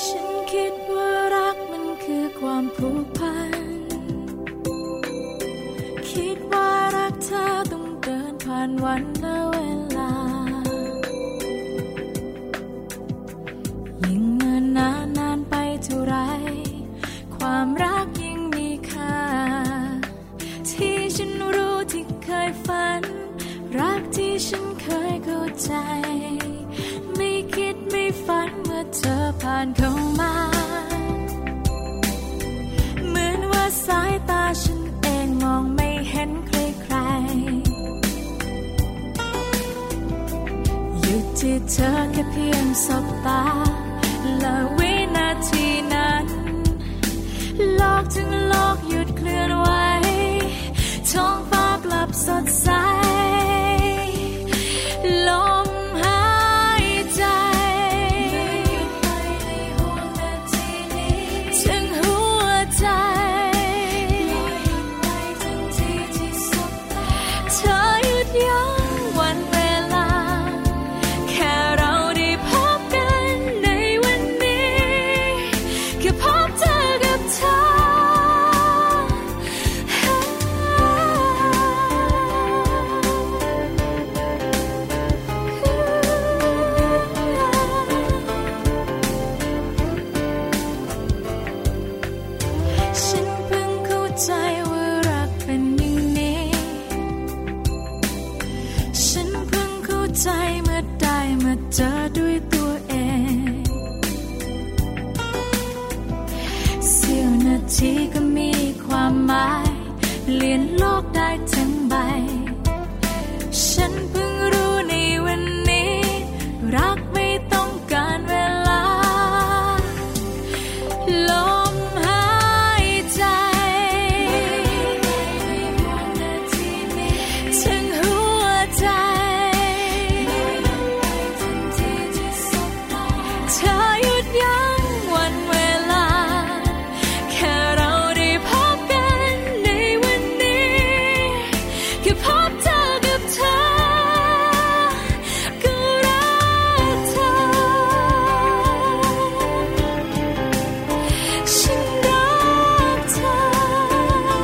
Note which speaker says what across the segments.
Speaker 1: ฉันคิดว่ารักมันคือความผูกพัน คิดว่ารักเธอต้องเดินผ่านวันและเวลา ยิ่งเนิ่นนานนานไปเท่าไร ความรักยิ่งมีค่า ที่ฉันรู้ที่เคยฝัน รักที่ฉันเคยเข้าใจ ไม่คิดไม่ฝันเมื่อเธอผ่านเข้ามา เหมือนว่าสายตาฉันเองมองไม่เห็นใครๆหยุดที่เธอแค่เพียงสบตา และวินาทีนั้น โลกถึงโลกหยุดเคลื่อนไหวท้องฟ้ากลับสดใส ลมหายใจ ถึงหัวใจเธอหยุดยั้งวันเวลา แค่เราได้พบกันในวันนี้ แค่พบเจอกับเธอ ฉันเพิ่งเข้าใจว่ารักเป็นอย่างนี้ ฉันเพิ่งเข้าใจเมื่อได้มาเจอด้วยตัวเองเสี้ยวนาทีก็มีความหมาย เปลี่ยนโลกได้ทั้งใบ ฉันเพิ่งรู้ในวันนี้ รักไม่ต้องการเวลา ลมหายใจ ถึงหัวใจ เธอหยุดยั้งวันเวลา แค่เราได้พบกันในวันนี้แค่พบเจอกับเธอ ก็รักเธอ ฉันรักเธอ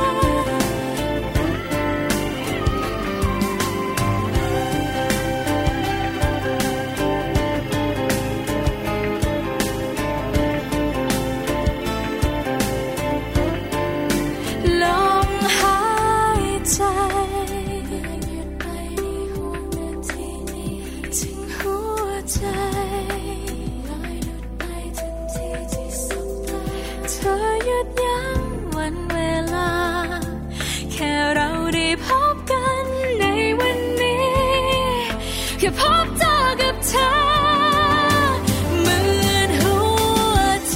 Speaker 1: ลมหายใจหยุดไปในหัวนาทีนี้ถึงหัวใจลอยหลุดไปทันทีที่สบตาเธอหยุดยั้งวันเวลา แค่เราได้พบกันในวันนี้แค่พบเจอกับเธอ เหมือนหัวใจ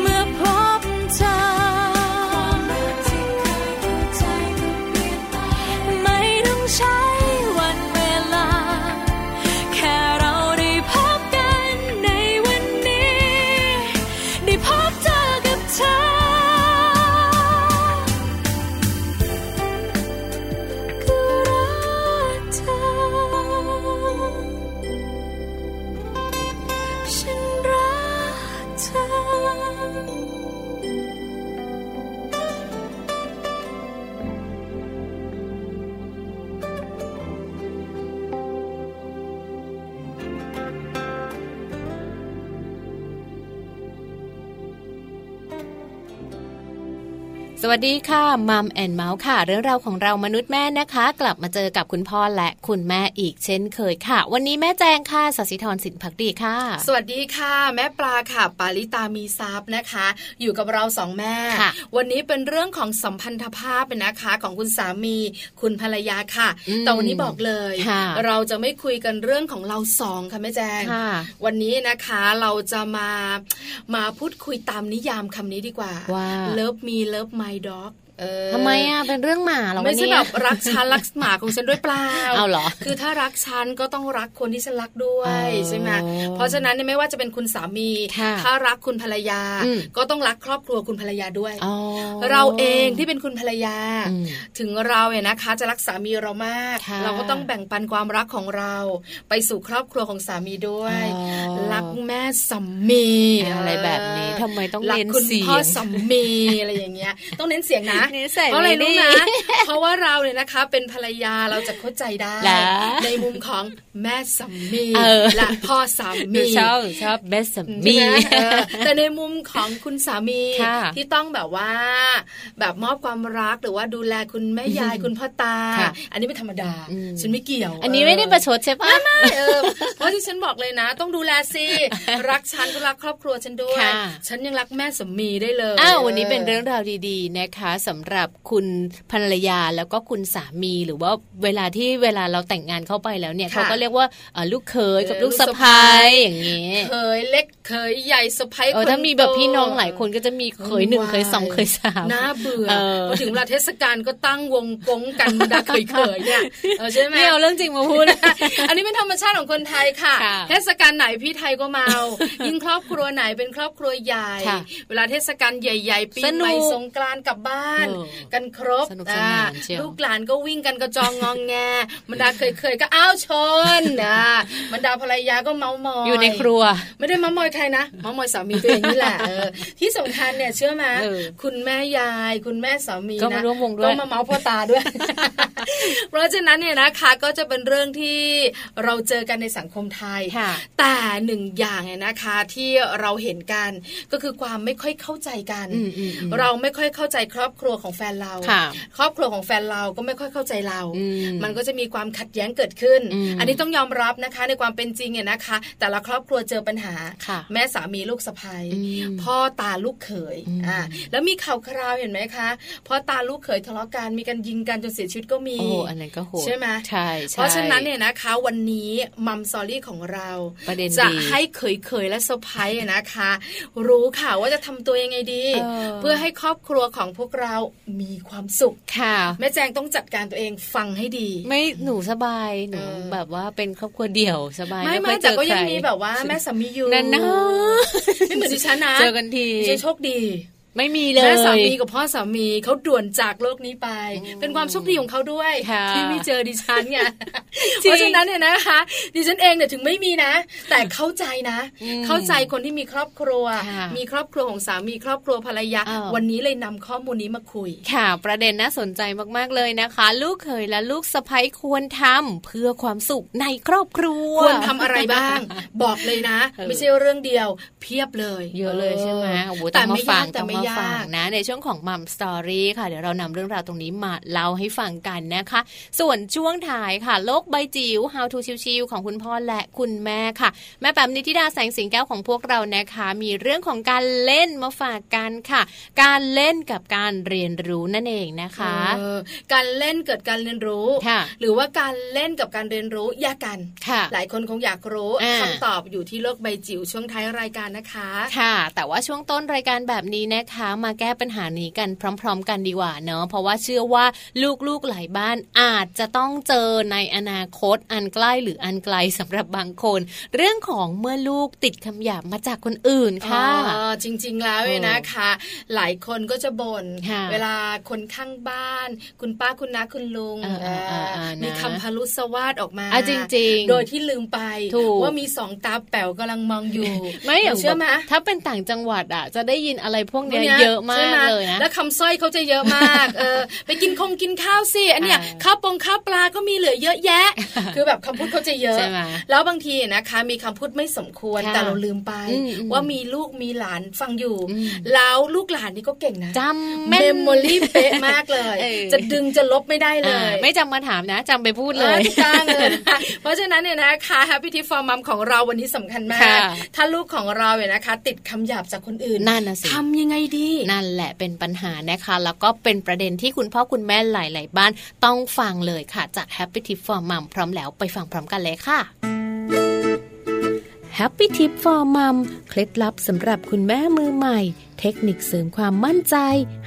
Speaker 1: เมื่อพบเธอ ไม่ต้องใช้วันเวลา แค่เราได้พบกันในวันนี้ ได้พบเจอกับเธอ ก
Speaker 2: วัสดีค่ะมัมแอนเมาส์ค่ะ เรื่องราวของเรามนุษย์แม่นะคะ กลับมาเจอกับคุณพ่อและคุณแม่อีกเช่นเคยค่ะ วันนี้แม่แจงค่ะสศิธรสินพักดีค่ะ
Speaker 3: สวัสดีค่ะ แม่ปลาค่ะ ปาลิตามีซับนะคะ อยู่กับเราสองแม่
Speaker 2: ค่ะ
Speaker 3: วันนี้เป็นเรื่องของสัมพันธภาพเป็นนะคะของคุณสามี คุณภรรยาค่ะ
Speaker 2: อืม
Speaker 3: แต่วันนี้บอกเลย
Speaker 2: ค่ะ
Speaker 3: เราจะไม่คุยกันเรื่องของเราสองค่ะแม่แจง
Speaker 2: ค่ะ
Speaker 3: วันนี้นะคะเราจะมามาพูดคุยตามนิยามคำนี้ดีกว่า
Speaker 2: ว่า
Speaker 3: Love me love my dog เออ
Speaker 2: ทำไมอ่ะเป็นเรื่องหมาเหรอวั
Speaker 3: ไม่
Speaker 2: น
Speaker 3: ใช่
Speaker 2: นี้
Speaker 3: แบบรักฉันรักหมาของฉันด้วยเปล่า
Speaker 2: เอาเหรอ
Speaker 3: คือถ้ารักฉันก็ต้องรักคนที่ฉันรักด้วย
Speaker 2: อ๋อ
Speaker 3: ใช่ไหมเพราะฉะนั้นเนี่ยไม่ว่าจะเป็นคุณสามี
Speaker 2: ค่ะ
Speaker 3: ถ้ารักคุณภรรยา
Speaker 2: อืม
Speaker 3: ก็ต้องรักครอบครัวคุณภรรยาด้วย
Speaker 2: อ๋อ
Speaker 3: เราเองที่เป็นคุณภรรยา
Speaker 2: อืม
Speaker 3: ถึงเราเนี่ยนะคะ จะรักสามีเรามาก
Speaker 2: ค่ะ
Speaker 3: เราก็ต้องแบ่งปันความรักของเรา ไปสู่ครอบครัวของสามีด้วย
Speaker 2: อ๋อ
Speaker 3: รักแม่สามี
Speaker 2: อะไรแบบนี้ทำไมต้อง
Speaker 3: รัก
Speaker 2: เน้น
Speaker 3: คุณ
Speaker 2: เสีย
Speaker 3: พ่อง สามีอะไรอย่างเงี้ย ต้องเน้นเสียงนะ
Speaker 2: เน้นใส่
Speaker 3: เพราะอะไรรู้
Speaker 2: ไม่
Speaker 3: นะ
Speaker 2: ดี
Speaker 3: เพราะว่าเราเนี่ยนะคะ เป็นภรรยาเราจะเข้าใจได้
Speaker 2: เหรอ
Speaker 3: ในมุมของแม่สามี
Speaker 2: เออ
Speaker 3: และพ่อสา
Speaker 2: ดู
Speaker 3: มี
Speaker 2: ชอบชอบเบส มี
Speaker 3: ใช่ไหมเออแต่ในมุมของคุณสามี
Speaker 2: ค่ะ
Speaker 3: ที่ต้องแบบว่า แบบมอบความรักหรือว่าดูแลคุณแม่ยายคุณพ่อตา
Speaker 2: ค่ะ
Speaker 3: อันนี้ไม่ธรรมดา
Speaker 2: อืม
Speaker 3: ฉันไม่เกี่ยว
Speaker 2: อันนี้ไม่ได้ประชดใช่ปะ
Speaker 3: ใช่เออเพราะที่ฉันบอกเลยนะ ต้องดูแลสิรักฉันก็รักครอบครัวฉันด้วย
Speaker 2: ค่ะ
Speaker 3: ฉันยังรักแม่สามีได้เลย
Speaker 2: อ้าววันนี้เป็นเรื่องราวดีๆนะคะสำหรับคุณภรรยาแล้วก็คุณสามีหรือว่าเวลาที่เวลาเราแต่งงานเข้าไปแล้วเนี่ย
Speaker 3: ค่ะ
Speaker 2: เขาก็เรียกว่าเอ่อลูกเขยกับ
Speaker 3: เออ
Speaker 2: ลูกสะ
Speaker 3: ลูกสะใภ้
Speaker 2: พ้ายอย่างนี้
Speaker 3: เคยเล็กเคยใหญ่สะพ้าย
Speaker 2: เออถ้ามีแบบพี่น้องหลายคนก็จะมีเขยหนึ่ง
Speaker 3: วุ่วา
Speaker 2: เขยสองเขยสาม
Speaker 3: น่าเบื่อ
Speaker 2: เออ
Speaker 3: พอถึงเวลาเทศกาลก็ตั้งวงกงกันบรรดาเขยเขยๆ เนี่ยเออใช่ไหม
Speaker 2: ไม่เอาเรื่องจริงมาพูด
Speaker 3: อันนี้เป็นธรรมชาติของคนไทยค่ะ
Speaker 2: ค่ะ
Speaker 3: เทศกาลไหนพี่ไทยก็เมา ยิ่งครอบครัวไหนเป็นครอบครัวใหญ่
Speaker 2: ค่ะ
Speaker 3: เวลาเทศกาลใหญ่ๆ ปี
Speaker 2: สนุ
Speaker 3: ใหม่
Speaker 2: ก
Speaker 3: สงกรานต์กลับบ้าน
Speaker 2: เออ
Speaker 3: กันครบ
Speaker 2: สนุกสนาน
Speaker 3: อ่
Speaker 2: เชียว
Speaker 3: ลูกหลานก็วิ่งกันกระจองงองแงบรรดาเคยๆก็อ้าวชนอ่ะบรรดาภรรยาก็เมามอย
Speaker 2: อยู่ในครัว
Speaker 3: ไม่ได้มามอยใครนะมามอยสามีตัวเองนี่แห ละเออที่สำคัญเนี่ยเชื่อไหม
Speaker 2: เออ
Speaker 3: คุณแม่ยาย คุณแม่สามี
Speaker 2: ก็
Speaker 3: นะ
Speaker 2: มาร่วมวงด้วย
Speaker 3: ก็มาเมาส์พ่อตาด้วย เพราะฉะนั้นเนี่ยนะคะก็จะเป็นเรื่องที่เราเจอกันในสังคมไทย
Speaker 2: ค่ะ
Speaker 3: แต่หนึ่งอย่างเนี่ยนะคะที่เราเห็นกันก็คือความไม่ค่อยเข้าใจกัน
Speaker 2: อืมอืมอืม
Speaker 3: เราไม่ค่อยเข้าใจครอบครัวของแฟนเรา
Speaker 2: ค่ะ
Speaker 3: ครอบครัวของแฟนเราก็ไม่ค่อยเข้าใจเรา
Speaker 2: อืม
Speaker 3: มันก็จะมีความขัดแย้งเกิดขึ้น
Speaker 2: อืม
Speaker 3: อันนี้ต้องยอมรับนะคะในความเป็นจริงเนี่ยนะคะ แต่ละครอบครัวเจอปัญหา
Speaker 2: ค่ะ
Speaker 3: แม่สามีลูกสะพ้ย
Speaker 2: อืม
Speaker 3: พ่อตาลูกเขย
Speaker 2: อืม
Speaker 3: อ่าแล้วมีข่าวคราวเห็นไหมคะพ่อตาลูกเขยทะเลาะกันมีการยิงกันจนเสียชีวิตก็มี
Speaker 2: โอ้โหอันนั้นก็โหด
Speaker 3: ใช่ไหม
Speaker 2: ใช่ใช่
Speaker 3: เพราะฉะนั้นเนี่ยนะคะ วันนี้มัมซอรี่ของเรา
Speaker 2: ประเด็น
Speaker 3: จะ
Speaker 2: ดี
Speaker 3: ให้เขยเขยๆและสะพ้ายนะคะ รู้ค่ะว่าจะทำตัวยังไงดี
Speaker 2: เออ
Speaker 3: เพื่อให้ครอบครัวของพวกเรามีความสุข
Speaker 2: ค่ะ
Speaker 3: แม่แจงต้องจัดการตัวเองฟังให้ดี
Speaker 2: ไม่หนูสบายหนู
Speaker 3: เออ
Speaker 2: แบบว่าเป็นครอบครัวเดี่ยวสบาย
Speaker 3: ไม่
Speaker 2: ค่
Speaker 3: ไม่
Speaker 2: อยเจ
Speaker 3: แต่
Speaker 2: อ
Speaker 3: ก็ยัง
Speaker 2: ใคร
Speaker 3: มีแบบว่าแม่สามีอยู่
Speaker 2: นานๆ
Speaker 3: ไม่เหมือนดิฉันนะ
Speaker 2: เจอกันที
Speaker 3: ดิฉันโชคดี
Speaker 2: ไม่มีเลย
Speaker 3: แม่สามีกับพ่อสามีเขาด่วนจากโลกนี้ไป เป็นความโชคดีของเขาด้วย
Speaker 2: ค่ะ
Speaker 3: ที่ไม่เจอดิฉันไง
Speaker 2: จริง
Speaker 3: เพราะฉะนั้นเนี่ยนะคะ ดิฉันเองเนี่ยถึงไม่มีนะ แต่เข้าใจนะ
Speaker 2: อืม
Speaker 3: เข้าใจคนที่มีครอบครัว
Speaker 2: ค่ะ
Speaker 3: มีครอบครัวของสามีครอบครัวภรรยา
Speaker 2: เออ
Speaker 3: วันนี้เลยนำข้อมูลนี้มาคุย
Speaker 2: ค่ะ ประเด็นน่าสนใจมากๆเลยนะคะ ลูกเขยและลูกสะใภ้ควรทำเพื่อความสุขในครอบครัว
Speaker 3: ควรทำอะไรบ้าง บอกเลยนะ
Speaker 2: เออ
Speaker 3: ไม่ใช่เรื่องเดียวเพียบเลย
Speaker 2: เยอะเลยใช่ไหมโอ้โหต้
Speaker 3: แต่
Speaker 2: องมา
Speaker 3: ไม่
Speaker 2: ฟั
Speaker 3: ยาง กแต่
Speaker 2: ต้อง
Speaker 3: ไม่
Speaker 2: มาย ฟั
Speaker 3: าง ก
Speaker 2: นะ ในช่วงของมัมสตอรี่ค่ะ เดี๋ยวเรานำเรื่องราวตรงนี้มาเล่าให้ฟังกันนะคะ ส่วนช่วงท้ายค่ะ โลกใบจิ๋ว How to ชิวๆของคุณพ่อและคุณแม่ค่ะ แม่แปมนิติดาแสงสิงแก้วของพวกเรานะคะ มีเรื่องของการเล่นมาฝากกันค่ะ การเล่นกับการเรียนรู้นั่นเองนะคะ
Speaker 3: เออการเล่นเกิดการเรียนรู้
Speaker 2: ค่ะ
Speaker 3: หรือว่าการเล่นกับการเรียนรู้แยกกัน
Speaker 2: ค่ะ
Speaker 3: หลายคนคงอยากรู้
Speaker 2: อ่า
Speaker 3: คำตอบอยู่ที่โลกใบจิ๋วช่วงท้ายรายการนะคะ
Speaker 2: ค่ะ แต่ว่าช่วงต้นรายการแบบนี้นะคะ มาแก้ปัญหานี้กันพร้อม ๆ กันดีกว่าเนาะเพราะว่าเชื่อว่าลูกๆหลายบ้านอาจจะต้องเจอในอนาคตอันใกล้หรืออันไกลสำหรับบางคน เรื่องของเมื่อลูกติดคำหยาบมาจากคนอื่นค่ะ
Speaker 3: อ๋อจริง ๆ แล้วเนี่ยนะคะ หลายคนก็จะบน่น
Speaker 2: ค่ะ
Speaker 3: เวลาคนข้างบ้าน คุณป้าคุณน้าคุณลุง
Speaker 2: เออเออเออเออนะ
Speaker 3: มีคำพลุสวาดออกมา
Speaker 2: อ่ะจริงๆ
Speaker 3: โดยที่ลืมไป
Speaker 2: ถูก
Speaker 3: ว่ามีสองตาแป๋วกำลังมองอยู่
Speaker 2: ไม่อย่าง
Speaker 3: เชื่อไหม
Speaker 2: แบบถ้าเป็นต่างจังหวัดอ่ะ จะได้ยินอะไรพวกเนี้ย
Speaker 3: นี้
Speaker 2: เยอะมาก
Speaker 3: ใช่ไห
Speaker 2: เลยนะ
Speaker 3: แล้วคำสร้อยเขาจะเยอะมากเอ อไปกินคงกินข้าวสิอันเนี้ย
Speaker 2: อ่า
Speaker 3: ข้าวปงข้าวปลาก็มีเหลือเยอะ แยะ คือแบบคำพูดเขาจะเยอะ
Speaker 2: ใช่ไหม
Speaker 3: แล้วบางทีนะคะ มีคำพูดไม่สมควร
Speaker 2: ค่ะ
Speaker 3: แต่เราลืมไป
Speaker 2: อืมอืม
Speaker 3: ว่ามีลูกมีหลานฟังอยู่
Speaker 2: อืม
Speaker 3: แล้วลูกหลานนี่ก็เก่งนะ
Speaker 2: จำ
Speaker 3: เม
Speaker 2: แน
Speaker 3: มโมรี่เป๊ะมากเลย
Speaker 2: เออ
Speaker 3: จะดึงจะลบไม่ได้เล
Speaker 2: อ่าย ไม่จำมาถามนะจำไปพูดเล
Speaker 3: อ
Speaker 2: ย
Speaker 3: อถูกต้องเลยนะคะเพราะฉะนั้นเนี่ยนะคะ Happy Tip for Mom ของเราวันนี้สำคัญมาก
Speaker 2: ค่ะ
Speaker 3: ถ้าลูกของเราเนี่ยนะคะ ติดคำหยาบจากคนอื่น
Speaker 2: นั่นนะสิ
Speaker 3: ทำยังไงดี
Speaker 2: นั่นแหละเป็นปัญหานะคะ แล้วก็เป็นประเด็นที่คุณพ่อคุณแม่หลาย ๆ บ้านต้องฟังเลยค่ะ จาก Happy Tip for Mom พร้อมแล้วไปฟังพร้อมกันเลยค่ะ Happy Tip for Mom เคล็ดลับสำหรับคุณแม่มือใหม่ เทคนิคเสริมความมั่นใจ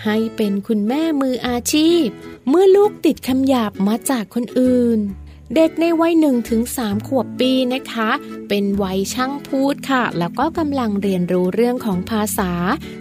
Speaker 2: ให้เป็นคุณแม่มืออาชีพ เมื่อลูกติดคำหยาบมาจากคนอื่น เด็กในวัย1ถึง3ขวบปีนะคะ เป็นวัยช่างพูดค่ะ แล้วก็กำลังเรียนรู้เรื่องของภาษา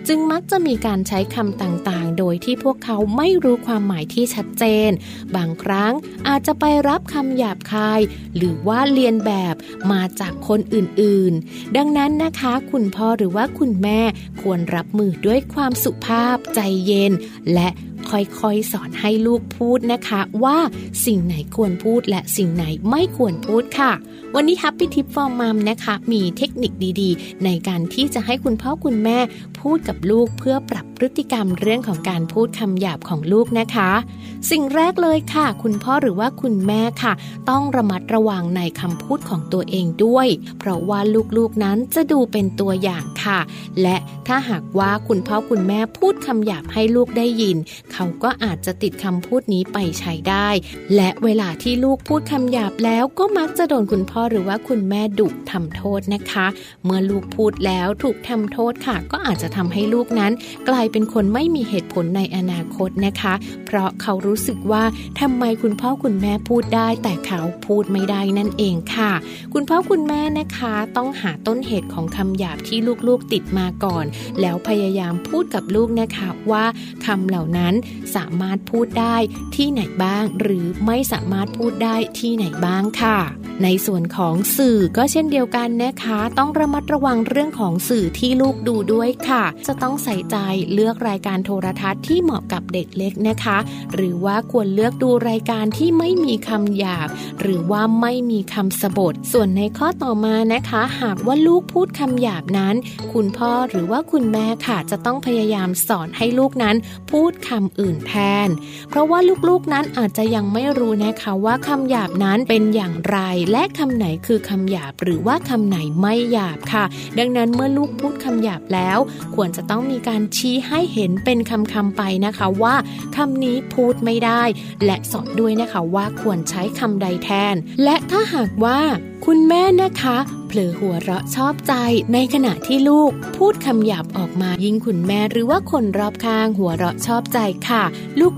Speaker 2: จึงมักจะมีการใช้คำต่างๆ โดยที่พวกเขาไม่รู้ความหมายที่ชัดเจน บางครั้งอาจจะไปรับคำหยาบคาย หรือว่าเรียนแบบมาจากคนอื่นๆ ดังนั้นนะคะ คุณพ่อหรือว่าคุณแม่ควรรับมือด้วยความสุภาพใจเย็น และค่อยๆ สอนให้ลูกพูดนะคะ ว่าสิ่งไหนควรพูดและสิ่งไหนไม่ควรพูดค่ะ วันนี้ Happy Tip for Mom นะคะ มีเทคนิคดีๆ ในการที่จะให้คุณพ่อคุณแม่ พูดกับลูกเพื่อปรับพฤติกรรมเรื่องของการพูดคำหยาบของลูกนะคะ สิ่งแรกเลยค่ะ คุณพ่อหรือว่าคุณแม่ค่ะ ต้องระมัดระวังในคำพูดของตัวเองด้วย เพราะว่าลูกๆนั้นจะดูเป็นตัวอย่างค่ะ และถ้าหากว่าคุณพ่อคุณแม่พูดคำหยาบให้ลูกได้ยิน เขาก็อาจจะติดคำพูดนี้ไปใช้ได้ และเวลาที่ลูกพูดคำหยาบแล้วก็มักจะโดนคุณพ่อหรือว่าคุณแม่ดุทำโทษนะคะ เมื่อลูกพูดแล้วถูกทำโทษค่ะ ก็อาจจะทำให้ลูกนั้น กลายเป็นคนไม่มีเหตุผลในอนาคตนะคะ เพราะเขารู้สึกว่าทำไมคุณพ่อคุณแม่พูดได้ แต่เขาพูดไม่ได้นั่นเองค่ะ คุณพ่อคุณแม่นะคะ ต้องหาต้นเหตุของคำหยาบที่ลูกๆติดมาก่อน แล้วพยายามพูดกับลูกนะคะว่าคำเหล่านั้นสามารถพูดได้ที่ไหนบ้าง หรือไม่สามารถพูดได้ที่ไหนบ้างค่ะ ในส่วนของสื่อก็เช่นเดียวกันนะคะ ต้องระมัดระวังเรื่องของสื่อที่ลูกดูด้วยค่ะ จะต้องใส่ใจเลือกรายการโทรทัศน์ที่เหมาะกับเด็กเล็กนะคะ หรือว่าควรเลือกดูรายการที่ไม่มีคำหยาบ หรือว่าไม่มีคำสบท ส่วนในข้อต่อมานะคะ หากว่าลูกพูดคำหยาบนั้น คุณพ่อหรือว่าคุณแม่ค่ะ จะต้องพยายามสอนให้ลูกนั้น พูดคำอื่นแทน เพราะว่าลูกๆนั้นอาจจะยังไม่รู้นะคะว่าคำหยาบนั้นเป็นอย่างไร และคำไหนคือคำหยาบหรือว่าคำไหนไม่หยาบค่ะ ดังนั้นเมื่อลูกพูดคำหยาบแล้ว ควรจะต้องมีการชี้ให้เห็นเป็นคำคำๆไปนะคะว่าคำนี้พูดไม่ได้ และสอนด้วยนะคะว่าควรใช้คำใดแทน และถ้าหากว่าคุณแม่นะคะ เผลอหัวเราะชอบใจ ในขณะที่ลูก พูดคำหยาบออกมายิ่งคุณแม่หรือว่าคนรอบข้างหัวเราะชอบใจค่ะ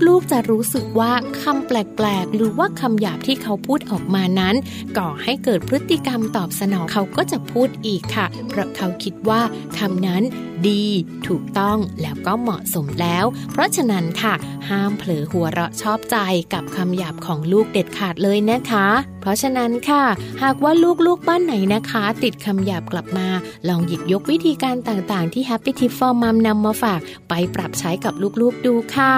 Speaker 2: ลูกๆจะรู้สึกว่าคำแปลกๆ หรือว่าคำหยาบที่เขาพูดออกมานั้น ก่อให้เกิดพฤติกรรมตอบสนองเขาก็จะพูดอีกค่ะ เพราะเขาคิดว่าคำนั้นดี ถูกต้องแล้วก็เหมาะสมแล้ว เพราะฉะนั้นค่ะ ห้ามเผลอหัวเราะชอบใจกับคำหยาบของลูกเด็ดขาดเลยนะคะ เพราะฉะนั้นค่ะ หากว่าลูกๆบ้านไหนนะคะ ติดคำหยาบกลับมา ลองหยิบยกวิธีการต่างๆที่ Happy Tip for Mom นำมาฝาก ไปปรับใช้กับลูกๆดูค่ะ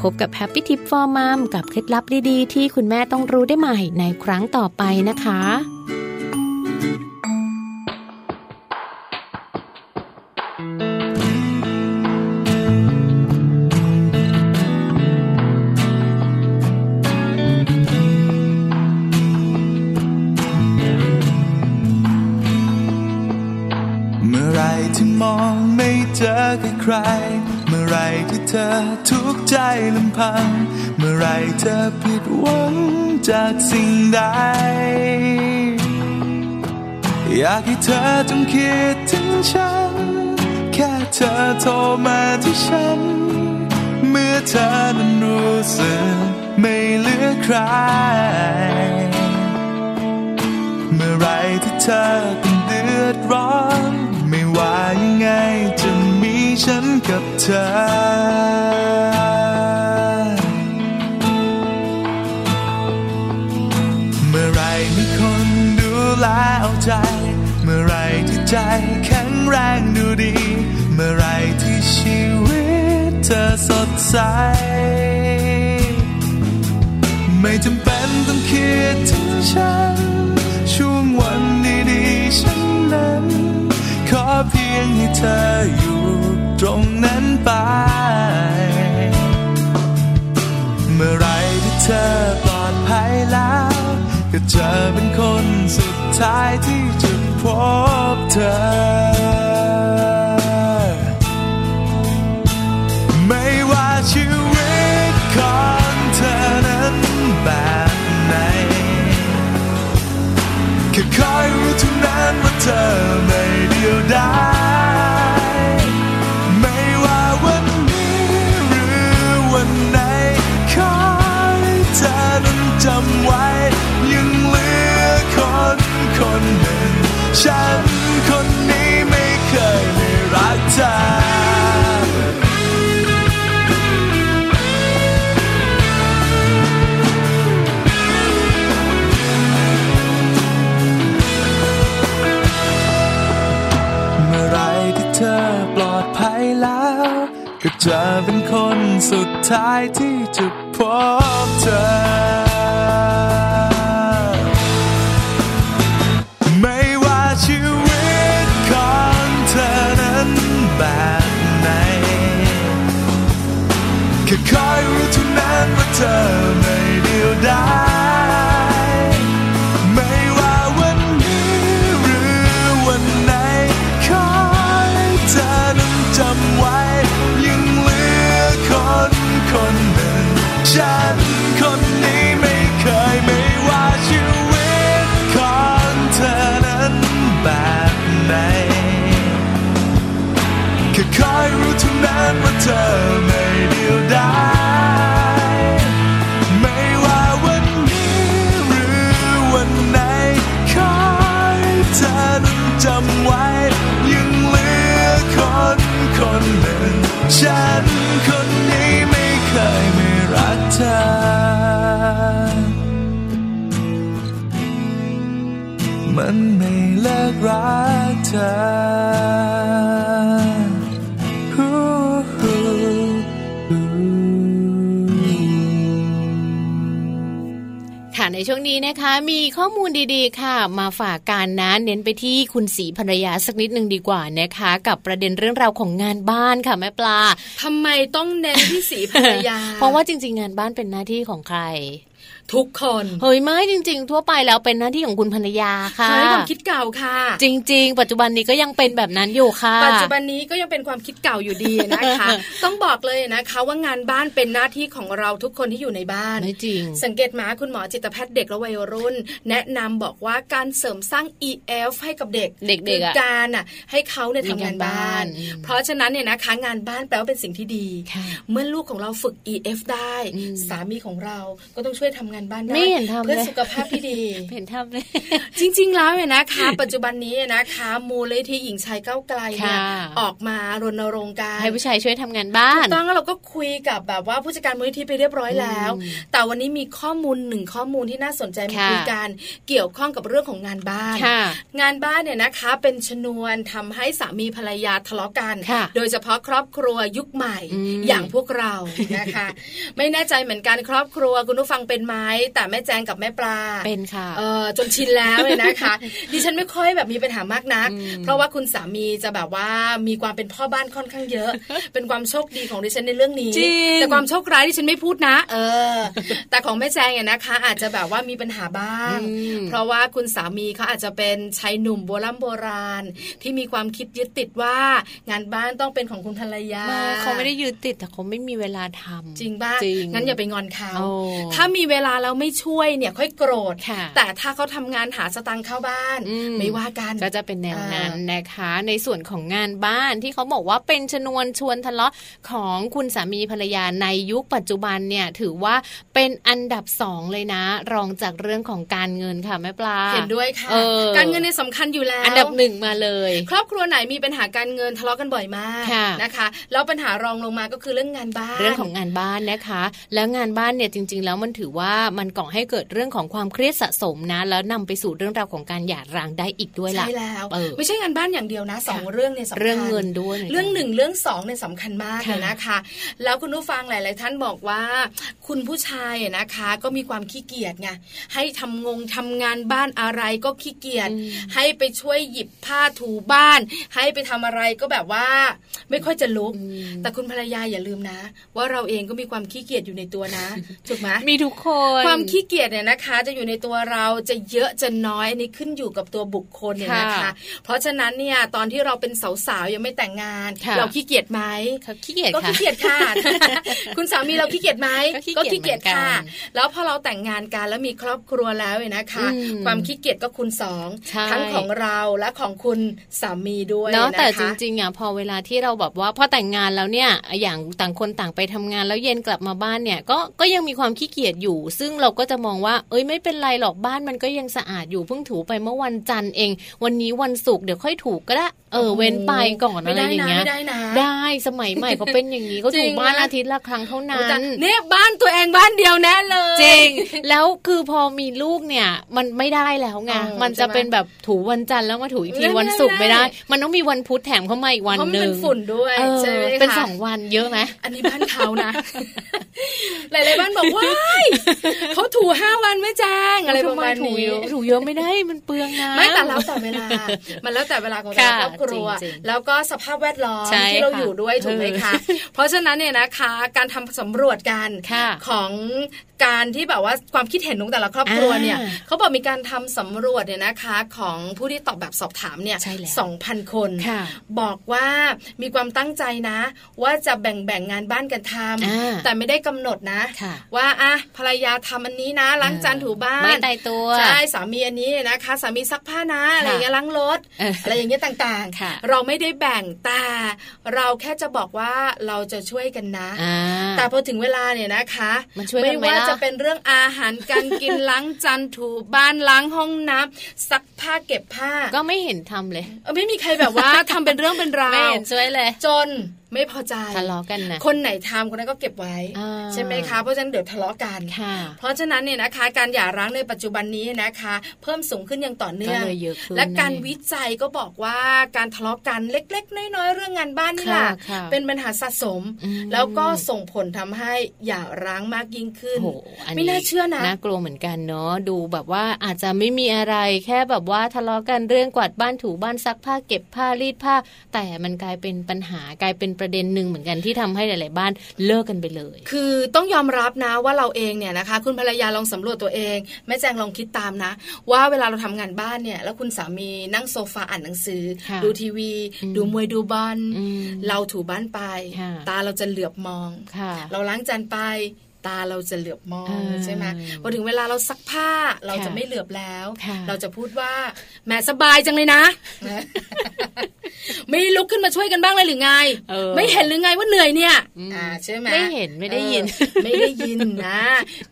Speaker 2: พบกับ Happy Tip for Mom กับเคล็ดลับดีๆ ที่คุณแม่ต้องรู้ได้ใหม่ในครั้งต่อไปนะคะ
Speaker 4: เมื่อไหรที่มองไม่เจอกับใคร เมื่อไหรที่เธอทุกข์ใจลำพัง เมื่อไหรเธอผิดหวังจากสิ่งใด อยากให้เธอจงคิดถึงฉัน แค่เธอโทรมาที่ฉัน เมื่อเธอนั้นรู้สึกไม่เหลือใคร เมื่อไหรที่เธอต้องเดือดร้อน ไม่ว่ายังไงจะมีฉันกับเธอ เมื่อไหรมีคนดูแลเอาใจ เมื่อไหรที่ใจแข็งแรงดูดี
Speaker 5: เมื่อไหรที่ชีวิตเธอสดใส ไม่จำเป็นต้องคิดถึงฉัน ช่วงวันดีๆฉันนั้น ขอเพียงให้เธออยู่ตรงนั้นไป เมื่อไหรที่เธอปลอดภัยแล้ว ก็เจอเป็นคนสุดท้ายที่จะพบเธอ ไม่ว่าชีวิตของเธอนั้นแบบไหน แค่คอยรู้เท่านั้นว่าเธอไม่เดียวดายไม่ว่าวันนี้หรือวันไหน ขอให้เธอนั้นจำไว้ ยังเหลือคนคนหนึ่ง ฉันคนนี้ไม่เคยไม่รักเธอ เมื่อไหรที่เธอปลอดภัยแล้ว ก็จะเป็นคนสุดท้ายที่จะพบเธอ ไม่ว่าชีวิตของเธอนั้นแบบไหน แค่คอยรู้เท่านั้นว่าเธอไม่เดียวดาย ไม่ว่าวันนี้หรือวันไหน ขอให้เธอนั้นจำไว้ ยังเหลือคนคนหนึ่ง ฉันคนนี้ไม่เคยไม่ว่าชีวิตของเธอนั้นแบบไหน แค่คอยรู้เท่านั้นว่าเธอไม่เดียวดาย ไม่ว่าวันนี้หรือวันไหน ขอให้เธอนั้นจำไว้ ยังเหลือคนคนหนึ่ง ฉันคนนี้ไม่เคยไม่รักเธอ มันไม่เลิกรักเธอ
Speaker 2: ค่ะในช่วงนี้นะคะ มีข้อมูลดีๆ ค่ะ มาฝากการนะเน้นไปที่คุณสีภรรยาสักนิดหนึ่งดีกว่านะคะ กับประเด็นเรื่องราวของงานบ้านค่ะแม่ปลา
Speaker 3: ทำไมต้องเน้นที่สีภรรยา
Speaker 2: เพราะว่าจริง ๆ งานบ้านเป็นหน้าที่ของใคร
Speaker 3: ทุกคน
Speaker 2: เฮ้ยไม่จริง ๆ ทั่วไปแล้วเป็นหน้าที่ของคุณภรรยาค่ะ
Speaker 3: ใช้ความคิดเก่าค่ะ
Speaker 2: จริง ๆ ปัจจุบันนี้ก็ยังเป็นแบบนั้นอยู่ค่ะ
Speaker 3: ปัจจุบันนี้ก็ยังเป็นความคิดเก่าอยู่ดีนะคะ ต้องบอกเลยนะคะว่างานบ้านเป็นหน้าที่ของเราทุกคนที่อยู่ในบ้าน
Speaker 2: ไม่จริง
Speaker 3: สังเกตไหมาคุณหมอจิตแพทย์เด็กและวัยรุ่น แนะนำบอกว่าการเสริมสร้าง EF ให้กับเด็ก
Speaker 2: เด็กๆ
Speaker 3: คือ
Speaker 2: อะ
Speaker 3: การอ่ะให้เขาเนี่ยทำงานบ้าน
Speaker 2: มีงานบ้าน
Speaker 3: เพราะฉะนั้นเนี่ยนะคะงานบ้านแปลว่าเป็นสิ่งที่ดี
Speaker 2: ค่ะ
Speaker 3: เมื่อลูกของเราฝึก EF ได้
Speaker 2: อืม
Speaker 3: สามีของเราก็ต้องช่วยทำงานบ้านได้
Speaker 2: ไม่เห็นทำเลย
Speaker 3: เพื่อสุขภาพที่ดี
Speaker 2: เห็นทำเลย
Speaker 3: จริงๆ แล้วเนี่ยนะคะ ปัจจุบันนี้นะคะมูลนิธิหญิงชายก้าวไกลเนี่ย
Speaker 2: ค่ะ
Speaker 3: ออกมารณรงค์การ
Speaker 2: ให้ผู้ชายช่วยทำงานบ้าน
Speaker 3: ต้องแล้วเราก็คุยกับแบบว่าผู้จัดการมูลนิธิไปเรียบร้อยแล้ว แต่วันนี้มีข้อมูลหนึ่งข้อมูลที่น่าสนใจมา
Speaker 2: ค่ะ
Speaker 3: คุยกันเกี่ยวข้องกับเรื่องของงานบ้าน
Speaker 2: ค่ะ
Speaker 3: งานบ้านเนี่ยนะคะเป็นชนวนทำให้สามีภรรยาทะเลาะกัน
Speaker 2: ค่ะ
Speaker 3: โดยเฉพาะครอบครัวยุคใหม่
Speaker 2: อืม
Speaker 3: อย่างพวกเรานะคะ ไม่แน่ใจเหมือนกันครอบครัวคุณผู้ฟังเป็นไหมแต่แม่แจงกับแม่ปลา
Speaker 2: เป็นค่ะ
Speaker 3: เออจนชินแล้วเลยนะคะ ดิฉันไม่ค่อยแบบมีปัญหามากนัก
Speaker 2: อืม
Speaker 3: เพราะว่าคุณสามีจะแบบว่ามีความเป็นพ่อบ้านค่อนข้างเย อะ เป็นความโชคดีของดิฉันในเรื่องนี้
Speaker 2: จริง
Speaker 3: แต่ความโชคร้ายดิฉันไม่พูดนะ เออ แต่ของแม่แจงเนี่ยนะคะ อาจจะแบบว่ามีปัญหาบ้าง
Speaker 2: อืม
Speaker 3: เพราะว่าคุณสามีเขาอาจจะเป็นชายหนุ่มโบราณโบราณ ที่มีความคิดยึดติดว่างานบ้านต้องเป็นของคุณภรรยา
Speaker 2: ไม่เขาไม่ได้ยืดติดแต่เขาไม่มีเวลาทำ
Speaker 3: จริงบ้าง
Speaker 2: จริง
Speaker 3: งั้นอย่าไปงอนเขา
Speaker 2: โอ้
Speaker 3: ถ้ามีเวลาแล้วไม่ช่วยเนี่ยค่อยโกรธ
Speaker 2: ค่ะ
Speaker 3: แต่ถ้าเขาทำงานหาสตังค์เข้าบ้าน
Speaker 2: อืม
Speaker 3: ไม่ว่ากัน
Speaker 2: ก็จะเป็นแนวนั้น
Speaker 3: อ่าน
Speaker 2: นะคะ ในส่วนของงานบ้านที่เขาบอกว่าเป็นชนวนชวนทะเลาะของคุณสามีภรรยาในยุคปัจจุบันเนี่ยถือว่าเป็นอันดับสองเลยนะ รองจากเรื่องของการเงินค่ะแม่ปลา
Speaker 3: เห็นด้วยค่ะ
Speaker 2: เออ
Speaker 3: การเงินเนี่ยสำคัญอยู่แล้ว
Speaker 2: อันดับหนึ่งมาเลย
Speaker 3: ครอบครัวไหนมีปัญหาการเงินทะเลาะกันบ่อยมาก
Speaker 2: ค่ะ
Speaker 3: นะคะ แล้วปัญหารองลงมาก็คือเรื่องงานบ้าน
Speaker 2: เรื่องของงานบ้านนะคะ แล้วงานบ้านเนี่ยจริง ๆ แล้วมันถือว่า มันก่อให้เกิดเรื่องของความเครียดสะสมนะ แล้วนำไปสู่เรื่องราวของการหย่าร้างได้อีกด้วยล่ะ
Speaker 3: ใช่แล้ว
Speaker 2: เออ
Speaker 3: ไม่ใช่งานบ้านอย่างเดียวนะสองเรื่องเนี่ยสำคัญ
Speaker 2: เรื่องเงินด้วยหมืกั
Speaker 3: เรื่องหนึ่งเรื่องสองเนี่ยสำคัญมาก
Speaker 2: ค่ะ
Speaker 3: เลยนะคะ แล้วคุณผู้ฟังหลาย ๆ ท่านบอกว่า คุณผู้ชายอะนะคะ ก็มีความขี้เกียจไงให้ทำงงทำงานบ้านอะไรก็ขี้เกียจ
Speaker 2: อืม
Speaker 3: ให้ไปช่วยหยิบผ้าถูบ้าน ให้ไปทำอะไรก็แบบว่า ไม่ค่อยจะลุก
Speaker 2: อืม
Speaker 3: แต่คุณภรรยาอย่าลืมนะ ว่าเราเองก็มีความขี้เกียจอยู่ในตัวนะถูกไหม
Speaker 2: มีทุกคน
Speaker 3: ความขี้เกียจเนี่ยนะคะ จะอยู่ในตัวเราจะเยอะจะน้อยอันนี่ขึ้นอยู่กับตัวบุคคลเนี่ยนะคะ เพราะฉะนั้นเนี่ยตอนที่เราเป็นสาวๆยังไม่แต่งงาน
Speaker 2: ค่ะ
Speaker 3: เราขี้เกียจไหม
Speaker 2: เขาขี้เกียจ
Speaker 3: ก็
Speaker 2: ค่ะ
Speaker 3: ขี้เกียจค่ะ คุณสามีเราขี้เกียจไหม
Speaker 2: ก็ขี้เกียจ
Speaker 3: ค่ะ
Speaker 2: เหมือนกัน
Speaker 3: แล้วพอเราแต่งงานกันแล้วมีครอบครัวแล้วเนี่ยนะคะ
Speaker 2: อืม
Speaker 3: ความขี้เกียจก็คูณสอง
Speaker 2: ใช่
Speaker 3: ทั้งของเราและของคุณสามีด้วย
Speaker 2: เนาะ
Speaker 3: นะคะ
Speaker 2: แต่จริงๆอ่ะพอเวลาที่เราแบบว่าพอแต่งงานแล้วเนี่ยอย่างต่างคนต่างไปทำงานแล้วเย็นกลับมาบ้านเนี่ยก็ก็ยังมีความขี้เกียจอยู่ ซึ่งเราก็จะมองว่า เอ้ยไม่เป็นไรหรอกบ้านมันก็ยังสะอาดอยู่เพิ่งถูไปเมื่อวันจันทร์เอง วันนี้วันศุกร์เดี๋ยวค่อยถูก็ได้เออเว้นไปก่อนอะไรอย่างเงี้ย
Speaker 3: ไม่ได้นะไม่ได้นะ
Speaker 2: ได้สมัยใหม่เขาเป็นอย่างนี้เขา
Speaker 3: จริ
Speaker 2: ถู
Speaker 3: ง
Speaker 2: บ้าน
Speaker 3: นะ
Speaker 2: อาทิตย์ละครั้งเท่า
Speaker 3: อุ๊ยแต่
Speaker 2: นั้น
Speaker 3: เนี่ยบ้านตัวเองบ้านเดียวแน่เลย
Speaker 2: จริง แล้วคือพอมีลูกเนี่ย มันไม่ได้แล้วไง
Speaker 3: เออ
Speaker 2: มันจะ
Speaker 3: ใช่ไหม
Speaker 2: เป็นแบบถูวันจันทร์แล้วมาถูอีกที
Speaker 3: ไม่ได้
Speaker 2: วันศุกร์
Speaker 3: ไม่
Speaker 2: ไม่
Speaker 3: ได้
Speaker 2: ได้ มันต้องมีวันพุธแถมเข้ามาอีกวัน
Speaker 3: เพราะมัน
Speaker 2: หนึ่
Speaker 3: เป็
Speaker 2: ง
Speaker 3: นฝุ่นด้วย
Speaker 2: เออ
Speaker 3: ใช่ไหมคะ
Speaker 2: เป็นสองวันเยอะไหม
Speaker 3: อันนี้บ้านเขานะ หลายๆบ้านบอกว้ายเขาถูห้าวันไม่แจ้งอะไรประมาณ
Speaker 2: ถู
Speaker 3: นี้
Speaker 2: เยอะถูเยอะไม่ได้มันเปลืองนะ
Speaker 3: ไม่แต่แล้วแต่เว ลา มันแล้วแต่เวลาของแต่
Speaker 2: ค่ะ
Speaker 3: ละครอบครัว
Speaker 2: จริงๆ
Speaker 3: แล้วก็สภาพแวดล้อม
Speaker 2: ใช่
Speaker 3: ที่เรา
Speaker 2: ค่ะ
Speaker 3: อยู่ด้วยถูกไหมคะ เพราะฉะนั้นเนี่ยนะคะ การทำสำรวจกัน
Speaker 2: ค่ะ
Speaker 3: ของการที่แบบว่าความคิดเห็นของแต่ละครอบครัวเนี่ย
Speaker 2: อ่า
Speaker 3: เขาบอกมีการทำสำรวจเนี่ยนะคะ ของผู้ที่ตอบแบบสอบถามเนี่ย
Speaker 2: ใช่แล้ว
Speaker 3: สองพันคน
Speaker 2: ค่ะ
Speaker 3: บอกว่ามีความตั้งใจนะ ว่าจะแบ่งแบ่งงานบ้านกันท
Speaker 2: อ่า
Speaker 3: ำแต่ไม่ได้กำหนดนะ
Speaker 2: ค่ะ
Speaker 3: ว่าอ่ะภรรยาทำอันนี้นะล้างจาน
Speaker 2: เออ
Speaker 3: ถูบ้าน
Speaker 2: ไม่ตายตัว
Speaker 3: ใช่สามีอันนี้นะคะ สามีซักผ้านะอะไรอย่างเงี้ยล้างรถ
Speaker 2: เอออ
Speaker 3: อะไรอย่างเงี้ยต่าง
Speaker 2: ค่ะ
Speaker 3: ๆ เราไม่ได้แบ่งแต่เราแค่จะบอกว่าเราจะช่วยกันนะ
Speaker 2: อ่า
Speaker 3: แต่พอถึงเวลาเนี่ยนะคะ
Speaker 2: มันช่วยกันไหม
Speaker 3: ว่า
Speaker 2: ล่ะ
Speaker 3: จะเป็นเรื่องอาหารการกิน ล้างจานถูบ้านล้างห้องน้ำซักผ้าเก็บผ้า
Speaker 2: ก็ไม่เห็นทำเลย
Speaker 3: เออไม่มีใครแบบว่า ทำเป็นเรื่องเป็นรา
Speaker 2: ไม่
Speaker 3: ว
Speaker 2: เห็นช่วยเลย
Speaker 3: จนไม่พอใจ
Speaker 2: ทะเลาะกันนะ
Speaker 3: คนไหนทำคนนั้นก็เก็บไว้
Speaker 2: อ่า
Speaker 3: ใช่ไหมคะ เพราะฉะนั้นเดี๋ยวทะเลาะกัน
Speaker 2: ค่ะ
Speaker 3: เพราะฉะนั้นเนี่ยนะคะ การหย่าร้างในปัจจุบันนี้นะคะ เพิ่มสูงขึ้นอย่างต่อเนื่อง
Speaker 2: ก็เลยเยอะขึ้น
Speaker 3: และการวิจัยก็บอกว่าการทะเลาะกันเล็ก ๆ น้อยๆเรื่องงานบ้านนี่แหละ
Speaker 2: ค่ะค่ะ
Speaker 3: เป็นปัญหาสะสม
Speaker 2: อืม
Speaker 3: แล้วก็ส่งผลทำให้หย่าร้างมากยิ่งขึ้น
Speaker 2: โอ้โหอัน
Speaker 3: ไม่น่าเชื่อนะ
Speaker 2: น่ากลัวเหมือนกันเนาะ ดูแบบว่าอาจจะไม่มีอะไรแค่แบบว่าทะเลาะกันเรื่องกวาดบ้านถูบ้านซักผ้าเก็บผ้ารีดผ้า แต่มันกลายเป็นปัญหากลายเป็นประเด็นหนึ่งเหมือนกันที่ทำให้หลาย ๆ บ้านเลิกกันไปเลย
Speaker 3: คือต้องยอมรับนะว่าเราเองเนี่ยนะคะ คุณภรรยาลองสำรวจตัวเองแม่แจงลองคิดตามนะ ว่าเวลาเราทำงานบ้านเนี่ย แล้วคุณสามีนั่งโซฟาอ่านหนังสือ
Speaker 2: ค่ะ
Speaker 3: ดูทีวี
Speaker 2: อืม
Speaker 3: ดูมวยดูบอล
Speaker 2: อืม
Speaker 3: เราถูบ้านไป
Speaker 2: ค่ะ
Speaker 3: ตาเราจะเหลือบมอง
Speaker 2: ค่ะ
Speaker 3: เราล้างจานไป ตาเราจะเหลือบมอง
Speaker 2: เออ
Speaker 3: ใช่ไหมพอถึงเวลาเราซักผ้าเราจะไม่เหลือบแล้ว
Speaker 2: ค่ะ
Speaker 3: เราจะพูดว่าแหมสบายจังเลย นะ ไม่ลุกขึ้นมาช่วยกันบ้างเลยหรือไง
Speaker 2: เออ
Speaker 3: ไม่เห็นหรือไงว่าเหนื่อยเนี่ย
Speaker 2: อืม
Speaker 3: อ่าใช่ไหม
Speaker 2: ไม่เห็นไม่ได้ยิน
Speaker 3: เออไม่ได้ยินนะ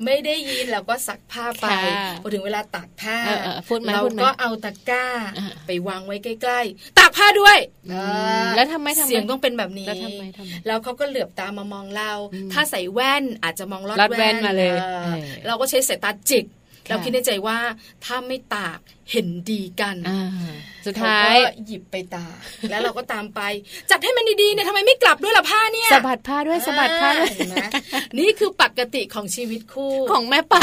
Speaker 3: ไม่ได้ยินเราก็ซักผ้าไป
Speaker 2: ค่ะ
Speaker 3: พอถึงเวลาตากผ้า
Speaker 2: เออเออพูดไหม
Speaker 3: เรา
Speaker 2: พูดไหม
Speaker 3: ก็เอาตะกร้า
Speaker 2: อ่า
Speaker 3: ไปวางไว้ใกล้ๆตากผ้าด้วย
Speaker 2: อืม
Speaker 3: เออ
Speaker 2: แล้วทำไมทำไม
Speaker 3: เสียงต้องเป็นแบบนี้
Speaker 2: แล้วทำไมทำไม
Speaker 3: แล้วเขาก็เหลือบตามามองเรา
Speaker 2: อืม
Speaker 3: ถ้าใส่แว่นอาจจะมองลอด
Speaker 2: ลอดแว่นมาเลย
Speaker 3: ออ
Speaker 2: เออ
Speaker 3: เราก็ใช้สายตาจิก
Speaker 2: ะ
Speaker 3: เราคิดในใจว่าถ้าไม่ตากเห็นดีกัน
Speaker 2: อ่าสุด
Speaker 3: เขา
Speaker 2: ท้าย
Speaker 3: ก็หยิบไปตาก แล้วเราก็ตามไป จัดให้มันดีๆเนี่ยทำไมไม่กลับด้วยล่ะผ้าเนี่ย
Speaker 2: สะบัดผ้าด้วยสะบัดผ้าด้วย
Speaker 3: เห็นไหมนี่คือปกติของชีวิตคู่
Speaker 2: ของแม่ป่า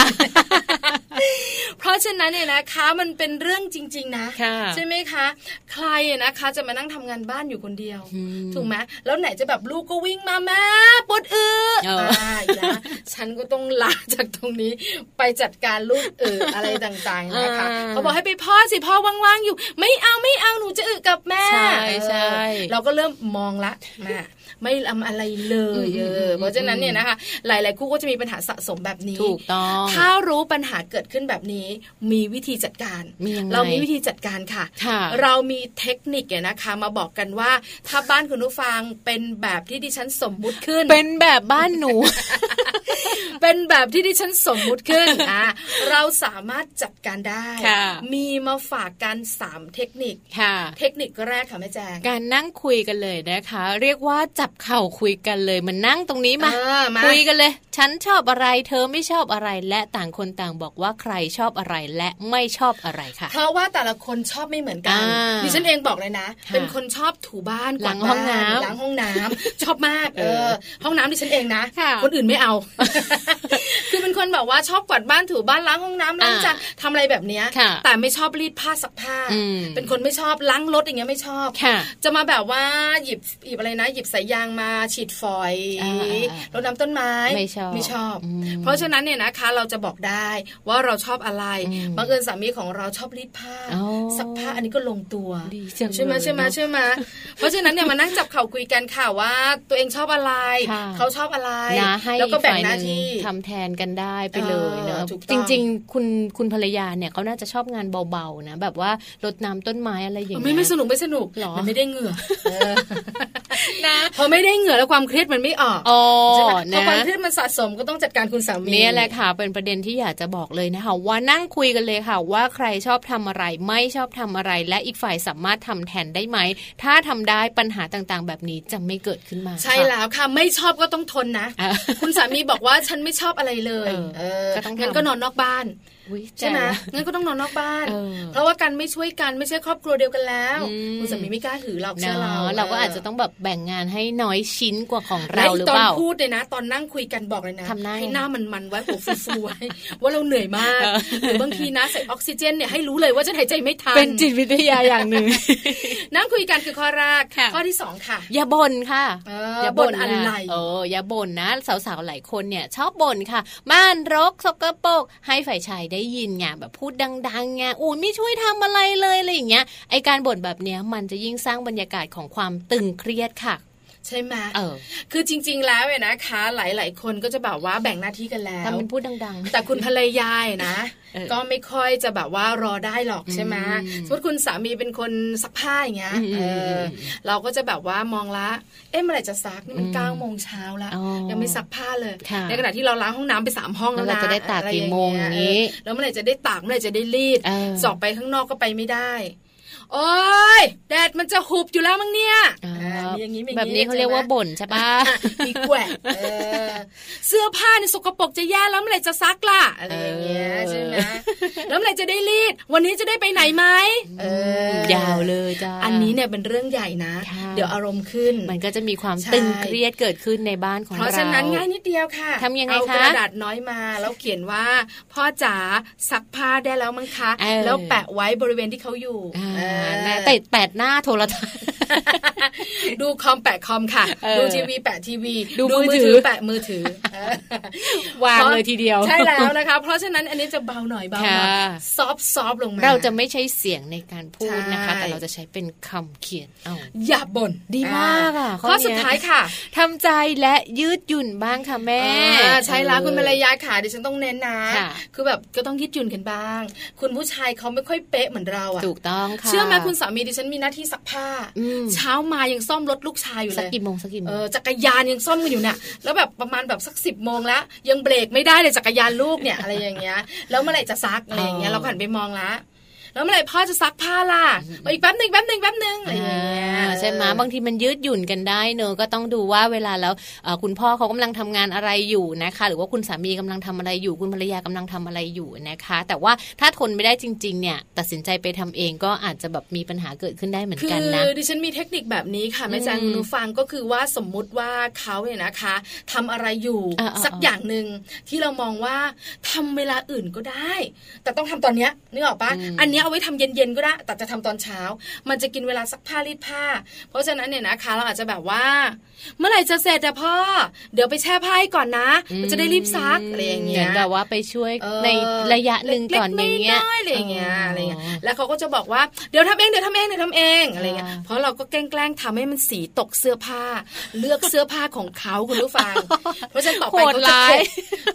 Speaker 3: เพราะฉะนั้นเนี่ยนะคะมันเป็นเรื่องจริง ๆ นะ
Speaker 2: ค่ะ
Speaker 3: ใช่ไหมคะ ใครอะนะคะ จะมานั่งทำงานบ้านอยู่คนเดียว
Speaker 2: อืม
Speaker 3: ถูกไหมแล้วไหนจะแบบลูกก็วิ่งมาแม่ปวดอือ
Speaker 2: เอออ่
Speaker 3: อ่าอย่าฉันก็ต้องลาจากตรงนี้ ไปจัดการลูกอืออะไรต่างๆนะคะ
Speaker 2: อ่า
Speaker 3: เขาบอกให้ไปพ่อสิพ่อว่างๆอยู่ ไม่เอาไม่เอาหนูจะอึกับแม่
Speaker 2: ใช่ใช่
Speaker 3: เออเราก็เริ่มมองละแม่ไม่ทำอะไรเลยเอออ
Speaker 2: ม
Speaker 3: เพราะฉะนั้นเนี่ยนะคะ หลาย ๆ คู่ก็จะมีปัญหาสะสมแบบนี้
Speaker 2: ถูกต้อง
Speaker 3: ถ้ารู้ปัญหาเกิดขึ้นแบบนี้ มีวิธีจัดการ
Speaker 2: มียังไง
Speaker 3: เรามีวิธีจัดการค่ะ
Speaker 2: ค่ะ
Speaker 3: เรามีเทคนิคเนี่ยนะคะ มาบอกกันว่า ถ้าบ้านคุณผู้ฟังเป็นแบบที่ดิฉันสมมุติขึ้น
Speaker 2: เป็นแบบบ้านหนู
Speaker 3: เป็นแบบที่ดิฉันสมมุติขึ้ น อ่ะเราสามารถจัดการได้
Speaker 2: ค่ะ
Speaker 3: มีมาฝากกันสามเทคนิค
Speaker 2: ค่ะ
Speaker 3: เทคนิคแรกค่ะแม่แจง
Speaker 2: การนั่งคุยกันเลยนะคะ เรียกว่า จับเข่าคุยกันเลยมันนั่งตรงนี้มา
Speaker 3: เออมา
Speaker 2: คุยกันเลย ฉันชอบอะไร เธอไม่ชอบอะไรและต่างคนต่างบอกว่าใครชอบอะไรและไม่ชอบอะไรค่ะ
Speaker 3: เพราะว่าแต่ละคนชอบไม่เหมือนกัน
Speaker 2: อ่า
Speaker 3: ดิฉันเองบอกเลยนะ
Speaker 2: ค่ะ
Speaker 3: เป็นคนชอบถูบ้านกวาด
Speaker 2: ล้างห้อง
Speaker 3: บ้า
Speaker 2: น้ำ
Speaker 3: ล้างห้องน้ำ ชอบมากเอ
Speaker 2: เอ
Speaker 3: อ
Speaker 2: อ
Speaker 3: ห้องน้ำดิฉันเองนะ
Speaker 2: ค่ะ
Speaker 3: คนอื่น ไม่เอา คือเป็นคนแบบว่าชอบกวาดบ้านถูบ้านล้างห้องน้ำล้าง
Speaker 2: อ่า
Speaker 3: จานทำอะไรแบบเนี้ย
Speaker 2: ค่ะ
Speaker 3: แต่ไม่ชอบรีดผ้าซักผ้า
Speaker 2: อืม
Speaker 3: เป็นคนไม่ชอบล้างรถอย่างเงี้ยไม่ชอบ
Speaker 2: ค่ะ
Speaker 3: จะมาแบบว่าหยิบหยิบอะไรนะ หยิบสายยางมาฉีดฝอย
Speaker 2: อ่าอ่าอ่าร
Speaker 3: ดน้ำต้นไม้
Speaker 2: ไม่ชอบอืม
Speaker 3: เพราะฉะนั้นเนี่ยนะคะเราจะบอกได้ว่าเราชอบอะไร
Speaker 2: อืม
Speaker 3: บังเอิญสามีของเราชอบรีดผ้า
Speaker 2: อ๋อ
Speaker 3: ซักผ้าอันนี้ก็ลงตัว
Speaker 2: ดีจัง
Speaker 3: ใช่ไหม
Speaker 2: เลย
Speaker 3: ใช่ไหม
Speaker 2: เนอะ
Speaker 3: ใช่ไหมเพราะฉะนั้นเนี่ยมานั่งจับเข่าคุยกันค่ะว่า ตัวเองชอบอะไร
Speaker 2: ค่ะ
Speaker 3: เขาชอบอะไร
Speaker 2: นะให้
Speaker 3: แล้วก็แบ่ง
Speaker 2: ฝ่ย
Speaker 3: หน้าที่
Speaker 2: ทำแทนกันได้ไปเลยเนอะ
Speaker 3: เออถูกต้
Speaker 2: จ
Speaker 3: อง
Speaker 2: ริง ๆ คุณคุณภรรยาเนี่ยเขาน่าจะชอบงานเบาๆนะ แบบว่ารดน้ำต้นไม้อะไรอย่างเงี้ย
Speaker 3: ไม่ไม่สนุกไม่สนุก
Speaker 2: หรอ
Speaker 3: มันไม่ได้เหงื่อ
Speaker 2: นะ
Speaker 3: พอไม่ได้เหงื่อแล้วความเครียดมันไม่ออก
Speaker 2: อ๋อ
Speaker 3: ใช่ไหมพอ
Speaker 2: นะ
Speaker 3: ความเครียดมันสะสมก็ต้องจัดการคุณสามี
Speaker 2: เนี่ยแหละค่ะเป็นประเด็นที่อยากจะบอกเลยนะคะ ว่านั่งคุยกันเลยค่ะ ว่าใครชอบทำอะไรไม่ชอบทำอะไร และอีกฝ่ายสามารถทำแทนได้ไหม ถ้าทำได้ปัญหาต่างๆ แบบนี้จะไม่เกิดขึ้นมา
Speaker 3: ใช่
Speaker 2: ค่ะ
Speaker 3: แล้วค่ะ ไม่ชอบก็ต้องทนนะ
Speaker 2: อ่ะ
Speaker 3: คุณสามีบอกว่าฉันไม่ชอบอะไรเลย
Speaker 2: เออก็ต้องทำ
Speaker 3: งั้นก็นอนนอกบ้าน
Speaker 2: อุ๊ย
Speaker 3: ใช่ไหม
Speaker 2: แจ๋ว
Speaker 3: งั้นก็ต้องนอนนอกบ้าน
Speaker 2: เออ
Speaker 3: เพราะว่ากันไม่ช่วยกันไม่ใช่ครอบครัวเดียวกันแล้ว
Speaker 2: อืม
Speaker 3: คุณสามีไม่กล้าหือหรอก
Speaker 2: เน
Speaker 3: เชื่อเรา
Speaker 2: อะเราก็อาจจะต้องแบบแบ่งงานให้น้อยชิ้นกว่าของ
Speaker 3: และ
Speaker 2: เราหรือ
Speaker 3: ตอน
Speaker 2: เปล่า
Speaker 3: พูดเนี่ยนะ ตอนนั่งคุยกันบอกเลยนะ
Speaker 2: ทำหน้า
Speaker 3: ให้
Speaker 2: ไง
Speaker 3: หน้ามันมันๆไว้หัวฟูๆไว้ ว่าเราเหนื่อยมาก
Speaker 2: เออ
Speaker 3: หรือบางทีนะใส่ออกซิเจนเนี่ยให้รู้เลยว่าฉันหายใจไม่ทัน
Speaker 2: เป็นจิตวิทยาอย่างหนึ่ง
Speaker 3: นั่งคุยกันคือข้อแรก
Speaker 2: ค่ะ
Speaker 3: ข้อที่สองค่ะ
Speaker 2: อย่าบ่นค่ะ
Speaker 3: เอออย่
Speaker 2: าบ่น
Speaker 3: บ่นอะไร
Speaker 2: เอออย่าบ่นนะสาวๆหลายคนเนี่ย ชอบบ่นค่ะบ้านรกสกปรกให้ฝ่ายชายได้ยินไงแบบพูดดังๆไงอู้ไม่ช่วยทำอะไรเลยอะไรอย่างเงี้ยไอการบ่นแบบเนี้ยมันจะยิ่งสร้างบรรยากาศของความตึงเครียดค่ะ
Speaker 3: ใช่ไหม
Speaker 2: เออ
Speaker 3: คือจริง ๆ แล้วเนี่ยนะคะ หลาย ๆ คนก็จะแบบว่าแบ่งหน้าที่กันแล้ว
Speaker 2: ทำเป็นพูดดัง
Speaker 3: แต่คุณภรรยาเนี่ยนะ
Speaker 2: เออ
Speaker 3: ก็ไม่ค่อยจะแบบว่ารอได้หรอกใช่ไหม
Speaker 2: อืม
Speaker 3: สมมติคุณสามีเป็นคนซักผ้าอย่างเงี้ย
Speaker 2: อืม
Speaker 3: เออเราก็จะแบบว่ามองละ เอ๊ะเมื่อไหร่จะซักนี่มัน
Speaker 2: อืม
Speaker 3: เก้าโมงเช้าละ
Speaker 2: อ๋อ
Speaker 3: ยังไม่ซักผ้าเลย
Speaker 2: ค่ะ
Speaker 3: ในขณะที่เราล้างห้องน้ำไปสามห้องแล้ว
Speaker 2: แล้ว
Speaker 3: นะ
Speaker 2: เราจะได้ตาก
Speaker 3: อร
Speaker 2: กี่โมง
Speaker 3: อย่าง
Speaker 2: นี้
Speaker 3: เงี้ยเออแล้วเมื่อไหร่จะได้ตากเมื่อไหร่จะได้รีด
Speaker 2: เออ
Speaker 3: สอบไปข้างนอกก็ไปไม่ได้ โอ๊ยแดดมันจะหุบอยู่แล้วมั้งเนี่ย
Speaker 2: ๆอ่า
Speaker 3: อ่ามีอย่างนี้มีอย่ง
Speaker 2: แบบนี้เขาเรียกว่า
Speaker 3: ใช่ไหม
Speaker 2: บ่นใช่ปะ
Speaker 3: มีแกว่ง เออเสื้อผ้าเนี่ยสกปรกจะแย่แล้วเมื่อไหร่จะซักล่ะอะไรอย่างเงี้ย
Speaker 2: เออ
Speaker 3: ใช่ไหมแล้วเมื่อไหร่จะได้รีด วันนี้จะได้ไปไหนไหมเออย
Speaker 2: าวเลยจ้า
Speaker 3: อันนี้เนี่ยเป็นเรื่องใหญ่นะ
Speaker 2: ค่ะ
Speaker 3: เดี๋ยวอารมณ์ขึ้น
Speaker 2: มันก็จะมีความ
Speaker 3: ใช่
Speaker 2: ตึงเครียดเกิดขึ้นในบ้านของ
Speaker 3: เพ
Speaker 2: เรา
Speaker 3: ราะฉะนั้นง่ายนิดเดียวค่ะ
Speaker 2: ทำยังไง
Speaker 3: เอา
Speaker 2: คะ
Speaker 3: กระดาษน้อยมาแล้วเขียนว่า พ่อจ๋าซักผ้าได้แล้วมั้งคะ
Speaker 2: เออ
Speaker 3: แล้วแปะไว้บริเวณที่เขาอยู่
Speaker 2: อ่า
Speaker 3: เออ
Speaker 2: นะแต่แปดหน้าโทรทัศน์
Speaker 3: ดูคอมแปะคอมค่ะ
Speaker 2: เออ
Speaker 3: ดูทีวีแปะทีวี
Speaker 2: ดูมือถือ
Speaker 3: แปะมือถือเออ
Speaker 2: วางเลยทีเดียว
Speaker 3: ใช่แล้วนะคะ เพราะฉะนั้นอันนี้จะเบาหน่อยเบาหน่อย
Speaker 2: ค่ะ
Speaker 3: ซอฟซอฟลงมา
Speaker 2: เราจะไม่ใช้เสียงในการพูดนะคะ
Speaker 3: ใช่
Speaker 2: แต่เราจะใช้เป็นคำเขียนเอา
Speaker 3: อย่าบ่น
Speaker 2: ดีมากอ่ะข้
Speaker 3: ข้
Speaker 2: อ
Speaker 3: อ
Speaker 2: เนี้ย
Speaker 3: สุดท้ายค่ะ
Speaker 2: ทำใจและยืดหยุ่นบ้างค่ะแม่
Speaker 3: อ่าใช่แล้วคุณภรรยาค่ะดิฉันต้องเน้นนะ
Speaker 2: ค่ะ
Speaker 3: คือแบบก็ต้องยืดหยุ่นกันบ้าง คุณผู้ชายเขาไม่ค่อยเป๊ะเหมือนเราอะ
Speaker 2: ถูกต้องค่ะ
Speaker 3: เชื่อไหมคุณสามีดิฉันมีหน้าที่ซักผ้า
Speaker 2: อืม
Speaker 3: เช้ามายังซ่อมรถลูกชายอยู่
Speaker 2: สั
Speaker 3: เล
Speaker 2: ก
Speaker 3: ย
Speaker 2: กี่โมงสักกี่โม
Speaker 3: เอง อจักรยานยังซ่อมกันอยู่เนี่ยแล้วแบบประมาณแบบสักสิบโมงแล้ว ยังเบรกไม่ได้เลยจักรยานลูกเนี่ยอะไรอย่างเงี้ยแล้วเมื่อไหร่จะซักอะไรอย่างเงี้ย
Speaker 2: อ๋อ
Speaker 3: เราก็หันไปมองละ แล้วเมื่อไหร่พ่อจะซักผ้าล่ะเอาอีกแป๊บหนึ่งแป๊บหนึ่งแป๊บหนึ่งอะไรอย่างเงี้ย
Speaker 2: ใช่ไหมบางทีมันยืดหยุ่นกันได้เนอะก็ต้องดูว่าเวลาแล้วเอ่อคุณพ่อเขากำลังทำงานอะไรอยู่นะคะ หรือว่าคุณสามีกำลังทำอะไรอยู่ คุณภรรยากำลังทำอะไรอยู่นะคะ แต่ว่าถ้าทนไม่ได้จริง ๆ เนี่ยตัดสินใจไปทำเองก็อาจจะแบบมีปัญหาเกิดขึ้นได้เหมือน
Speaker 3: คือ
Speaker 2: กันนะ
Speaker 3: ดิฉันมีเทคนิคแบบนี้ค่ะแม่แจง
Speaker 2: อืม
Speaker 3: คุณผู้ฟังก็คือว่าสมมุติว่าเขาเนี่ยนะคะทำอะไรอยู่
Speaker 2: อ่าๆๆ
Speaker 3: สักอย่างหนึ่งที่เรามองว่าทำเวลาอื่นก็ได้ แต่ต้องทำตอนเนี้ยนึกออกปะ
Speaker 2: อืม
Speaker 3: อันเนี้ยเอาไว้ทำเย็นๆก็ได้ แต่จะทำตอนเช้า มันจะกินเวลาซักผ้ารีดผ้า เพราะฉะนั้นเนี่ยนะคะ เราอาจจะแบบว่า เมื่อไหร่จะเสร็จอะพ่อ เดี๋ยวไปแช่ผ้าให้ก่อนนะมันจะได้รีบซักอะไรอย่างเงี้
Speaker 2: หมื
Speaker 3: ย
Speaker 2: นแบบว่าไปช่วย
Speaker 3: เออ
Speaker 2: ในระยะหนึ่งก่อนอ
Speaker 3: เล็
Speaker 2: ย่าก
Speaker 3: ๆ
Speaker 2: งเงี้ย
Speaker 3: น้อยๆอะไรอย่างเงี้ยอะไรอย่างเงี้ยแล้วเขาก็จะบอกว่าเดี๋ยวทำเองเดี๋ยวทำเองเดี๋ยวทำเองอะไรเงี้ย
Speaker 2: อ่า
Speaker 3: เพราะเราก็แกล้งๆทำให้มันสีตกเสื้อผ้า เลือกเสื้อผ้าของเขาคุณผู้ ฟัง เพราะฉะนั้นต่อไป
Speaker 2: โหด
Speaker 3: เขาจะ
Speaker 2: ร้า
Speaker 3: เข็
Speaker 2: ย
Speaker 3: ด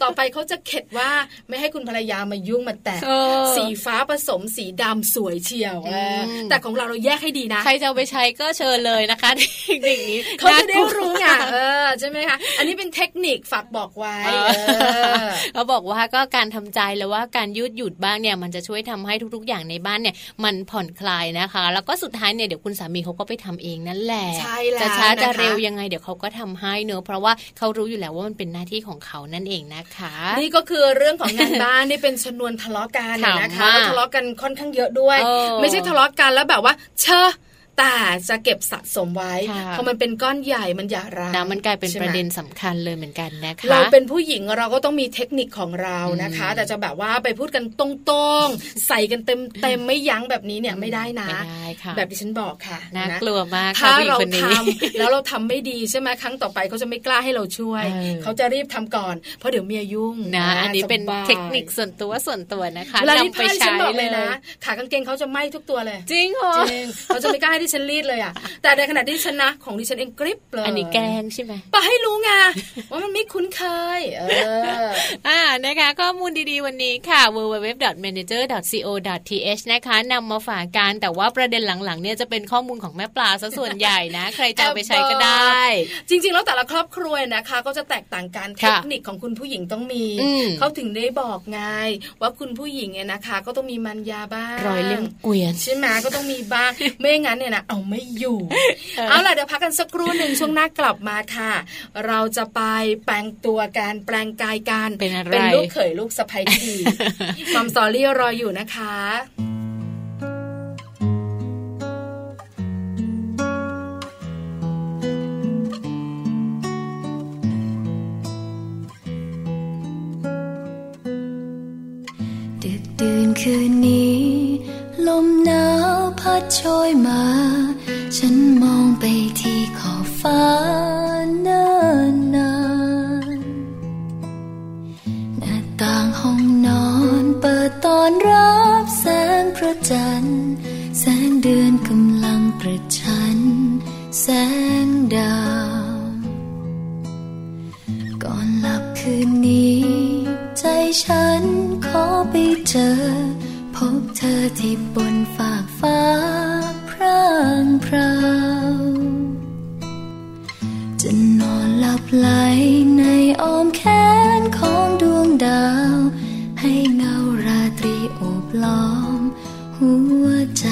Speaker 3: ต่อไปเขาจะเข็ดว่าไม่ให้คุณภรรยามายุ่งมาแตะ
Speaker 2: เออ
Speaker 3: สีฟ้าผสมสี ดำสวยเฉียวเออแต่ของเราเราแยกให้ดีนะ
Speaker 2: ใครจะเอาไปใช้ก็เชิญเลยนะคะ เด็กๆนี้
Speaker 3: เขาจะ
Speaker 2: น่
Speaker 3: ได้
Speaker 2: กลัว
Speaker 3: รู้ไงเออใช่ไหมคะ อันนี้เป็นเทคนิคฝากบอกไว้
Speaker 2: เออ
Speaker 3: เออ
Speaker 2: เขาบอกว่าก็การทำใจแล้วว่าการยืดหยุดบ้างเนี่ยมันจะช่วยทำให้ทุกๆ อย่างในบ้านเนี่ยมันผ่อนคลายนะคะ แล้วก็สุดท้ายเนี่ยเดี๋ยวคุณสามีเขาก็ไปทำเองนั่นแหละ
Speaker 3: ใช่แล้ว
Speaker 2: จะช้าจะ
Speaker 3: นะคะ
Speaker 2: เร็วยังไงเดี๋ยวเขาก็ทำให้เนอะเพราะว่าเขารู้อยู่แล้วว่ามันเป็นหน้าที่ของเขานั่นเองนะคะ
Speaker 3: นี่ก็คือเรื่องของงานบ้าน นี่เป็นชนวนทะเลาะกัน
Speaker 2: ขำมาก
Speaker 3: นะคะก็ทะเลาะกันค่อนข้างเยอะด้วย
Speaker 2: เออ
Speaker 3: ไม่ใช่ทะเลาะกันแล้วแบบว่า เชอะแต่จะเก็บสะสมไว้
Speaker 2: ค่ะ
Speaker 3: พอมันเป็นก้อนใหญ่มันหย่าร้าง
Speaker 2: นะมันกลายเป็น
Speaker 3: ใช่
Speaker 2: ป
Speaker 3: ไหม
Speaker 2: ระเด็นสำคัญเลยเหมือนกันนะคะ
Speaker 3: เราเป็นผู้หญิงเราก็ต้องมีเทคนิคของเรานะคะ
Speaker 2: อืม
Speaker 3: แต่จะแบบว่าไปพูดกันตรงๆ ใส่กันเต็มเต็มๆไม่ยั้งแบบนี้เนี่ยไม่ได้นะ
Speaker 2: ไม่ได้ค่ะ
Speaker 3: แบบที่ฉันบอกค่ะ
Speaker 2: น่า
Speaker 3: ะ
Speaker 2: กลัวมากค่ะ
Speaker 3: ถ้า
Speaker 2: ผู้หญิง
Speaker 3: เรา
Speaker 2: คนนี้
Speaker 3: ทำ แล้วเราทำไม่ดีใช่ไหมครั้งต่อไปเขาจะไม่กล้าให้เราช่วย
Speaker 2: เออ
Speaker 3: เขาจะรีบทำก่อน เพราะเดี๋ยวเมียยุ่ง
Speaker 2: นะอันนี้เป็น
Speaker 3: สบาย
Speaker 2: เทคนิคส่วนตัวส่วนตัวนะคะ
Speaker 3: เวลารีด
Speaker 2: นำไป
Speaker 3: ผ้าที่ฉั
Speaker 2: ใช้
Speaker 3: นบอก
Speaker 2: เล
Speaker 3: เลย ยนะ ขากางเกงเขาจะไหม้ทุกตัวเลย
Speaker 2: จริงเหรอ
Speaker 3: จริงเขาจะไม่กล้าให้ดิฉันรีดเลยอ่ะแต่ในขณะที่ฉันนะของดิฉันเองกริบเลย
Speaker 2: อันนี้แกล้งใช่ไหม
Speaker 3: ไปให้รู้ไงว่ามันไม่คุ้นเคย เอ อ
Speaker 2: อ่านะคะข้อมูลดีๆวันนี้ค่ะ www.manager.co.th นะคะนำมาฝากกันแต่ว่าประเด็นหลังๆเนี่ยจะเป็นข้อมูลของแม่ปลาซะส่วนใหญ่นะ ใครจะเอาไปใช้ก็ได้
Speaker 3: จริงๆ แล้วแต่ละครอบครัวนะคะ ก็จะแตกต่างกันเท
Speaker 2: ค่ะ
Speaker 3: คนิคของคุณผู้หญิงต้องมี
Speaker 2: อืม
Speaker 3: เขาถึงได้บอกไงว่าคุณผู้หญิงเนี่ยนะคะ ก็ต้องมีมันยาบ้าง
Speaker 2: รอยเล่มเกวียน
Speaker 3: ใช่ไหมก็ต้องมี บ้าง ไม่งั้นเนี่ยนะเอาไม่อยู่ เอาล่ะเดี๋ยวพักกันสักครู่หนึ่งช่วงหน้ากลับมาค่ะ เราจะไปแปลงตัวการแปลงกายการ
Speaker 2: เป็นอะไร
Speaker 3: เป็นลูกเขยลูกสะใภ้ที่ ดีมัมสอรี่รออยู่นะคะ
Speaker 1: ดึกดื่นคืนนี้ ลมหนาวพัดโชยมา ฉันมองไปที่ขอบฟ้าเนิ่นนานหน้าต่างห้องนอนเปิดตอนรับแสงพระจันทร์ แสงเดือนกำลังประชัน แสงดาว ก่อนหลับคืนนี้ ใจฉันขอไปเจอ พบเธอที่บนฝากฟ้าพรางพราวจะนอนหลับไหลในอ้อมแขนของดวงดาว ให้เงาราตรีโอบล้อม หัวใจ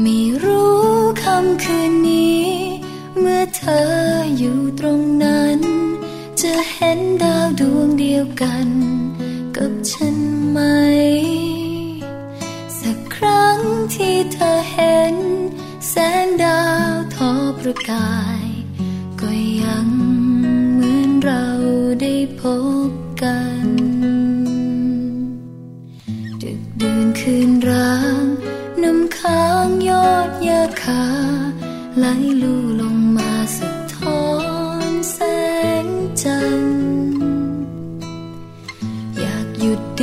Speaker 1: ไม่รู้คำคืนนี้ เมื่อเธออยู่ตรงนั้น จะเห็นดาวดวงเดียวกัน กับฉันไหม สักครั้งที่เธอเห็น แสงดาวทอประกาย ก็ยังเหมือนเราได้พบกัน ดึกดื่นคืนร้างน้ำค้างยอดยาคาไหลลูลงมาสะท้อนแสงจันทร์อยากหยุดเด